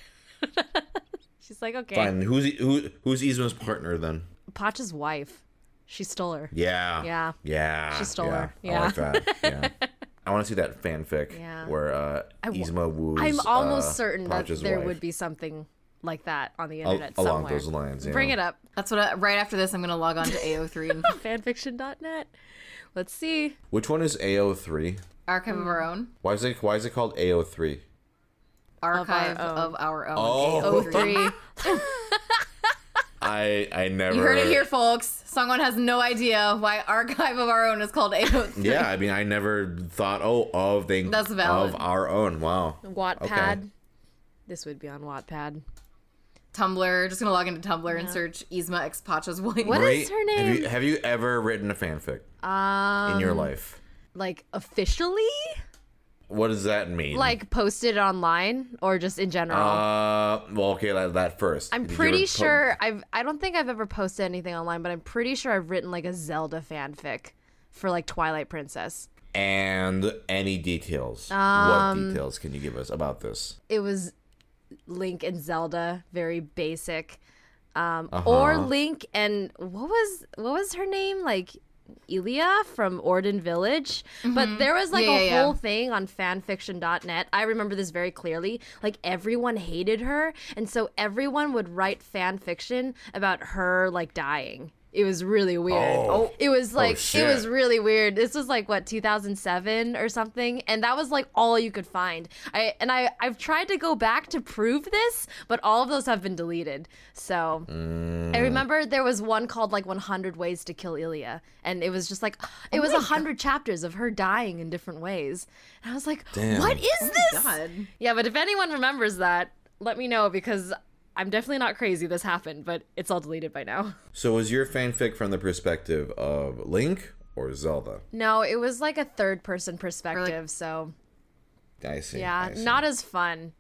C: she's like, "Okay,
A: Fine. Who's who? Who's Yzma's partner then?
C: Pacha's wife. She stole her."
A: Yeah.
C: Yeah.
A: Yeah. She
C: stole
A: yeah.
C: her.
A: I like that. Yeah. I want to see that fanfic
C: Yeah.
A: where uh, Yzma woos.
C: I'm almost
A: uh,
C: certain that
A: Pacha's
C: there
A: wife.
C: would be something like that on the
A: Al-
C: internet
A: along
C: somewhere.
A: those lines.
C: Bring it up.
B: That's what. I, right after this, I'm gonna log on to AO3 and
C: Fanfiction.net. Let's see.
A: Which one is AO3?
B: archive
C: Hmm.
B: of our own.
A: Why is it Why is it called AO3?
B: Archive
C: own.
B: of our own.
A: Oh.
B: AO3.
C: Three.
A: I I never.
B: You heard it here, folks. Someone has no idea why Archive of Our Own is called AO3.
A: Yeah, I mean, I never thought. Oh, of they
B: That's valid.
A: of our own. Wow.
C: Wattpad. This would be on Wattpad.
B: Tumblr. Just gonna log into Tumblr and search Yzma X Pacha's wife.
C: What is her
A: Have
C: name?
A: you, have you ever written a fanfic
C: Um,
A: in your life?
C: like officially,
A: What does that mean?
C: like posted online or just in general.
A: Uh, well, okay, that, that first.
C: Oh. I'm
A: Did you
C: pretty
A: ever po-
C: sure I've. I don't think I've ever posted anything online, but I'm pretty sure I've written like a Zelda fanfic for like Twilight Princess.
A: And any details?
C: Um,
A: what details can you give us about this?
C: It was Link and Zelda, very basic. Um, Or Link and what was what was her name? Like Elia from Orden Village. But there was like
B: Mm-hmm. Yeah,
C: a
B: yeah, yeah.
C: whole thing on fanfiction.net. I remember this very clearly. Like everyone hated her, and so everyone would write fanfiction about her like dying. It was really weird.
A: Oh.
C: It was like it
A: shit.
C: was really weird. This was like what 2007 or something, and that was like all you could find. I and I I've tried to go back to prove this, but all of those have been deleted. So
A: Mm.
C: I remember there was one called like 100 Ways to Kill Ilya, and it was just
A: Oh
C: like it was was 100 chapters of her dying in different ways, and I was like,
A: Damn. Oh
C: what is this?
B: God.
C: Yeah, but if anyone remembers that, let me know because I'm definitely not crazy. This happened, but it's all deleted by now.
A: So, is your fanfic from the perspective of Link or Zelda?
C: No, it was like a third person perspective, so
A: I see.
C: yeah,
A: I see.
C: not as fun.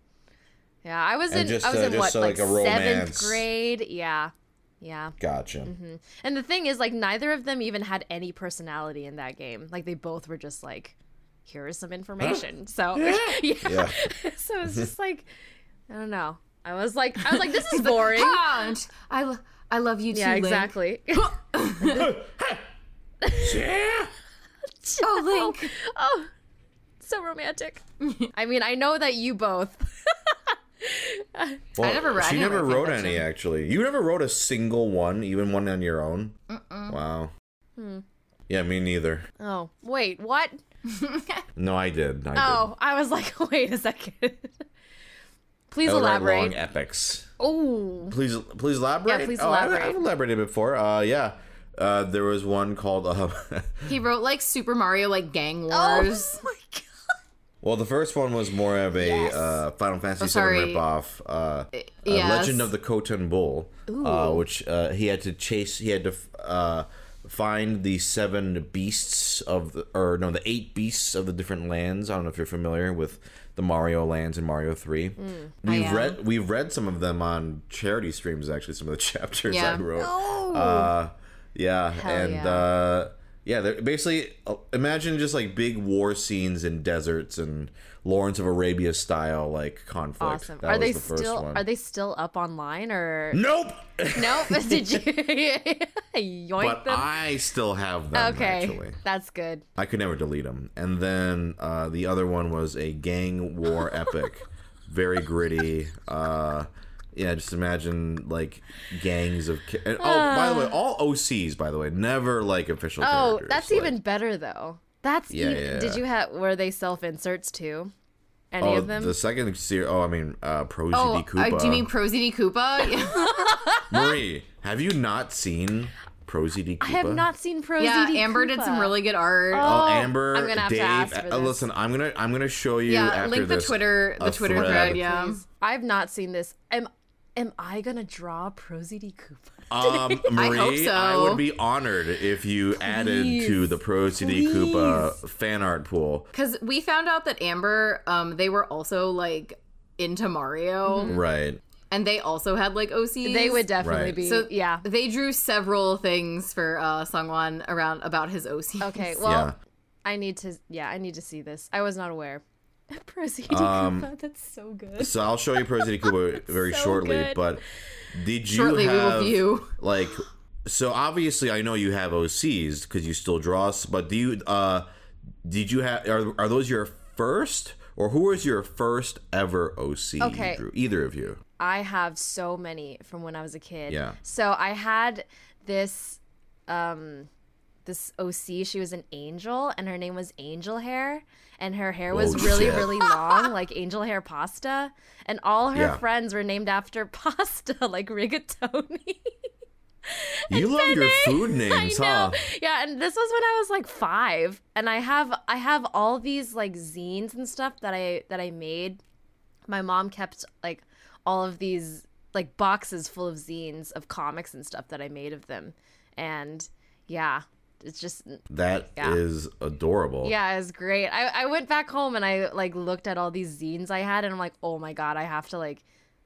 C: Yeah, I was
A: And
C: in
A: just,
C: I was
A: uh,
C: in
A: just
C: what
A: so,
C: like,
A: like, a
C: seventh
A: romance.
C: grade. Yeah, yeah.
A: Gotcha.
C: And the thing is, like, neither of them even had any personality in that game. Like, they both were just like, "Here is some information." So yeah.
A: Yeah.
C: so it's just like, I don't know. I was like, I was like, this is boring.
B: Ah, and I, lo- I love you too.
C: yeah,
B: Link.
C: exactly.
A: yeah.
B: Oh, Link.
C: Oh, so romantic. I mean, I know that you both.
A: Well,
B: I never read-
A: She
B: I never
A: never
B: read
A: wrote
B: fanfiction.
A: any, actually. You never wrote a single one, even one on your own. Wow.
C: Hmm.
A: Yeah, me neither.
C: Oh, wait, what?
A: No, I did. I
C: Oh, I was like, wait a second. Please
A: did. I would write long e-
C: elaborate.
A: epics.
C: Oh,
A: Please, please elaborate.
C: please
A: Oh, I-
C: elaborate.
A: I've elaborated before. Uh, yeah. Uh, there was one called. Uh,
B: He wrote like Super Mario, like Gang
C: Oh.
B: Wars.
C: my god.
A: well, the first one was more of a uh,
C: Oh,
A: Final Fantasy
B: sorry.
A: VII ripoff. Uh, uh,
B: yes.
A: Legend of the Khoton Bull, uh, which uh, he had to chase. He had to uh, find the seven beasts of the, or no, the eight beasts of the different lands. I don't know if you're familiar with the Mario lands in Mario Three.
C: Mm,
A: we've
B: am.
A: read we've read some of them on charity streams. Actually, some of the chapters
B: Yeah.
A: I wrote. Uh, yeah, and
C: yeah.
A: Uh, yeah, they're basically uh, imagine just like big war scenes in deserts and Lawrence of Arabia style like conflict.
C: Awesome.
A: That was
C: are they
A: the first
C: still
A: one.
C: are they still up online or
A: Nope.
C: no? Did you yoink
A: But
C: them?
A: I still have them.
C: okay,
A: Actually,
C: that's good.
A: I could never delete them. And then uh, the other one was a gang war epic, very gritty. Uh, yeah, just imagine like gangs of. Ki- and, oh, by the way, all OCs. By the way, never like official.
C: Uh. Oh,
A: characters,
C: that's
A: like-
C: even better though. That's
A: Yeah,
C: even,
A: yeah,
C: did
A: yeah.
C: you have were they self inserts too? Any
A: Oh,
C: of them?
A: the second series. Oh, I mean, uh, Pro
B: Oh,
A: ZD Koopa.
B: uh, do you mean Pro ZD Koopa? yeah,
A: Marie? Have you not seen Pro ZD Koopa?
C: I have not seen Pro
B: yeah,
C: ZD
B: Amber did some
C: Koopa.
B: really good art.
A: Oh,
C: Oh,
A: Amber,
C: I'm gonna have to
A: Dave.
C: ask for
A: uh,
C: this.
A: listen, I'm gonna I'm gonna show you.
B: yeah,
A: after
B: link the
A: this
B: Twitter, the
A: a
B: Twitter thread. yeah,
C: Please. I've not seen this. Am am I gonna draw Pro ZD Koopa?
A: Um, Marie, I,
B: hope so.
A: would be honored if you added to the Pro CD Koopa fan art pool.
B: because we found out that Amber, um, they were also like into Mario,
A: Right.
B: and they also had like OCs.
C: Mm-hmm. They would definitely
A: Right.
C: be.
B: So
C: yeah.
B: they drew several things for uh, Sungwon around about his OCs.
C: Okay. Well,
A: yeah.
C: I need to. Yeah, I need to see this. I was not aware. Pro ZD
A: Um,
C: Koopa. That's so good.
A: So I'll show you Pro CD Koopa very
C: So
A: shortly.
C: good.
A: But did you
B: Shortly we will
A: have
B: view.
A: like? So obviously, I know you have OCs because you still draw. s- But do you? uh Did you have? Are, are those your first? Or who was your first ever OC
C: Okay.
A: you drew? Either of you.
C: I have so many from when I was a kid.
A: Yeah.
C: So I had this, um, this OC. She was an angel, and her name was Angel Hair, and her hair was
A: Oh,
C: really,
A: shit.
C: really long, like angel hair pasta. And all her
A: Yeah.
C: friends were named after pasta, like rigatoni.
A: You love your food names, huh?
C: Yeah, and this was when I was like five, and I have I have all these like zines and stuff that I that I made. My mom kept like all of these like boxes full of zines of comics and stuff that I made of them, and yeah, it's just
A: That is
C: Yeah.
A: adorable.
C: yeah, it was great. I I went back home and I like looked at all these zines I had, and I'm like, oh my god, I have to like.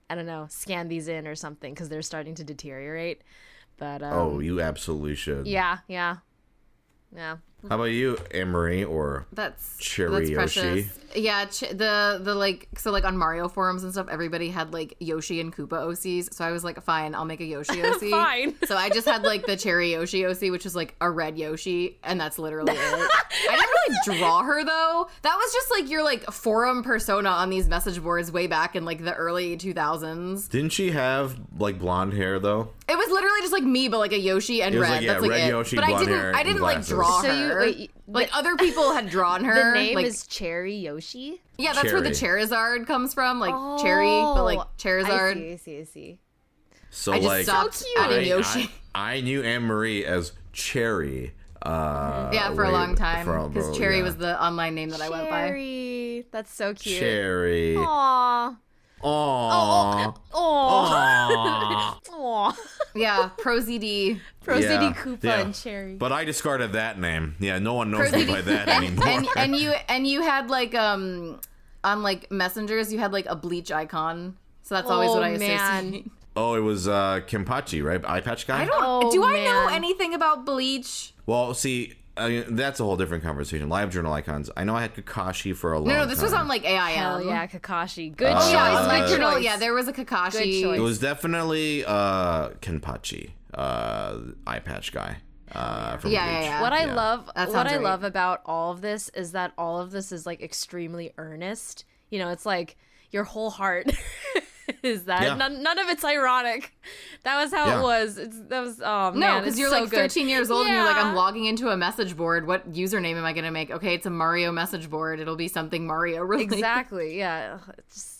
C: I don't know, scan these in or something because they're starting to deteriorate. But um,
A: Oh, you absolutely should.
C: yeah, yeah, yeah.
A: How about you, Emery? Or
B: That's
A: Cherry
B: that's precious. Yeah, ch- the the like so like on Mario forums and stuff, everybody had like Yoshi and Koopa OCs. So I was like, fine, I'll make a Yoshi OC.
C: Fine.
B: So I just had like the Cherry Yoshi OC, which is like a red Yoshi, and that's literally it. I didn't really draw her though. That was just like your like forum persona on these message boards way back in like the early two thousands.
A: didn't she have like blonde hair though?
B: It was literally just like me, but like a Yoshi and
A: It was
B: red.
A: like, yeah,
B: that's like
A: red
B: it.
A: Yoshi,
B: but I
A: blonde
B: didn't.
A: hair,
B: I
A: and
B: didn't like
A: glasses.
B: draw
C: So you-
B: her.
C: wait, you-
B: like other people had drawn
C: The
B: her.
C: name
B: like,
C: is Cherry Yoshi.
B: Yeah, that's where the Charizard comes from, like cherry, but like
C: Oh, I
B: Charizard.
C: see, I see, I see.
A: So
B: I just
A: like,
B: stopped
C: cute.
B: adding
A: I,
B: Yoshi.
A: I, I knew Anne Marie as Cherry. Uh,
B: Mm-hmm. yeah, for a
A: way-
B: long time,
A: from-
B: because
A: oh,
B: Cherry
A: yeah.
B: was the online name that I went by.
C: Cherry. That's so cute.
A: Cherry. Aww.
C: Aww.
B: Oh,
A: Aww.
C: Aww. Aww.
B: Yeah, Pro ZD
C: Pro
A: Yeah,
C: City Koopa
A: yeah.
C: and Cherry.
A: But I discarded that name. Yeah, no one knows
B: Pro
A: me by that anymore.
B: and and you and you had like um on like messengers, you had like a bleach icon. So that's always
C: Oh,
B: what I
C: man.
B: associate.
A: oh, it was uh, Kimpachi, right? Eye patch guy.
B: I don't.
C: Oh,
B: do I know
C: man.
B: anything about bleach?
A: Well, see, I mean, that's a whole different conversation. Live journal icons. I know I had Kakashi for a long.
B: No, no, this was
A: time.
B: on like AIM.
C: Hell yeah, Kakashi. Good
A: Uh,
C: choice.
B: Yeah, on
A: Uh,
B: Live
C: good
B: Journal,
C: choice.
B: yeah, there was a Kakashi.
C: choice.
A: It was definitely uh Kenpachi, uh eye patch guy. Uh from
B: Yeah,
A: Bleach.
B: yeah, yeah.
C: What I
A: Yeah.
C: love,
B: That
C: what
B: sounds
C: I
B: right.
C: love about all of this is that all of this is like extremely earnest. You know, it's like your whole heart is that.
A: Yeah.
C: None, none of it's ironic. That was how
A: Yeah.
C: it was. It's, that was oh
B: No,
C: man,
B: because
C: it's
B: you're
C: so
B: like
C: good.
B: 13 years old and you're like,
C: Yeah.
B: I'm logging into a message board. What username am I going to make? Okay, it's a Mario message board. It'll be something Mario related.
C: Exactly. Yeah. Ugh, it's Just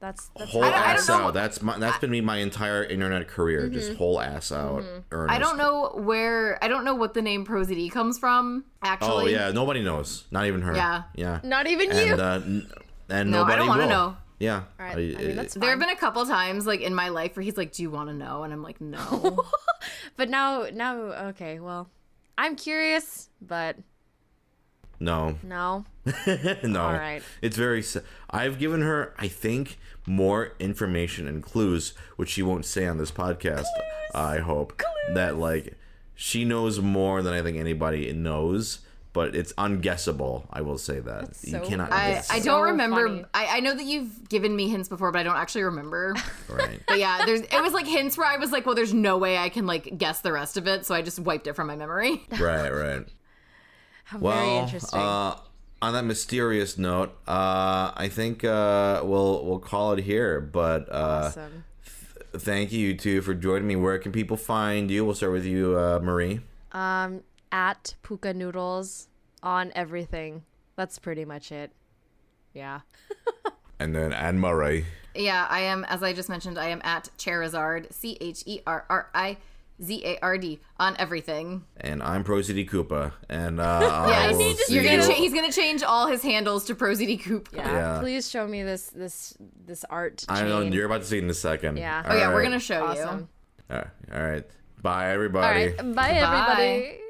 C: that's that's
A: Whole
B: I don't- I
A: ass
B: don't know-
A: out. That's my that's been me my entire internet career. Just whole ass out. Earnest.
B: Mm-hmm. I don't know where, I don't know what the name ProZD comes from,
A: Oh
B: actually.
A: yeah, nobody knows. Not even her.
B: Yeah.
A: Yeah.
C: not even you.
A: and uh, n- and
B: No, I
A: nobody
B: don't wanna
A: will.
B: know.
A: Yeah.
C: Right,
A: I-
C: I mean, that's
B: There have
C: fine.
B: been a couple times, like in my life, where he's like, Do you want to know? And I'm like, No.
C: But now now okay, well, I'm curious, but
A: no.
C: no.
A: no.
C: All right.
A: It's very. s- I've given her, I think, more information and clues, which she won't say on this podcast. I hope that like she knows more than I think anybody knows, but it's unguessable. I will say that you
C: so
A: cannot.
C: funny.
B: I,
A: guess
B: I
A: it,
C: So
B: don't remember.
C: funny.
B: I, I know that you've given me hints before, but I don't actually remember.
A: Right.
B: But yeah, there's it was like hints where I was like, well, there's no way I can like guess the rest of it, so I just wiped it from my memory.
A: right. Right.
C: How very
A: Well,
C: interesting.
A: uh, on that mysterious note, uh, I think uh, we'll we'll call it here. But uh,
C: awesome.
A: thank you two for joining me. Where can people find you? We'll start with you, uh, Marie.
C: Um at Puka Noodles on everything. That's pretty much it. Yeah.
A: And then Anne Murray.
B: Yeah, I am, as I just mentioned, I am at Cherizard, C H E R R I Z A R D, on everything.
A: And I'm Pro City Koopa. And uh, I
B: Yes.
A: will see
B: You're gonna
A: you-
B: cha- he's going to change all his handles to Prosody Coop.
C: Yeah.
A: Yeah.
C: Please show me this this this art.
A: I know
C: chain.
A: you're about to see it in a second.
C: Yeah.
B: Oh, yeah, we're
A: Alright.
B: going to show
C: awesome.
B: you.
A: All right. All right. Bye, everybody.
C: All right. Bye everybody.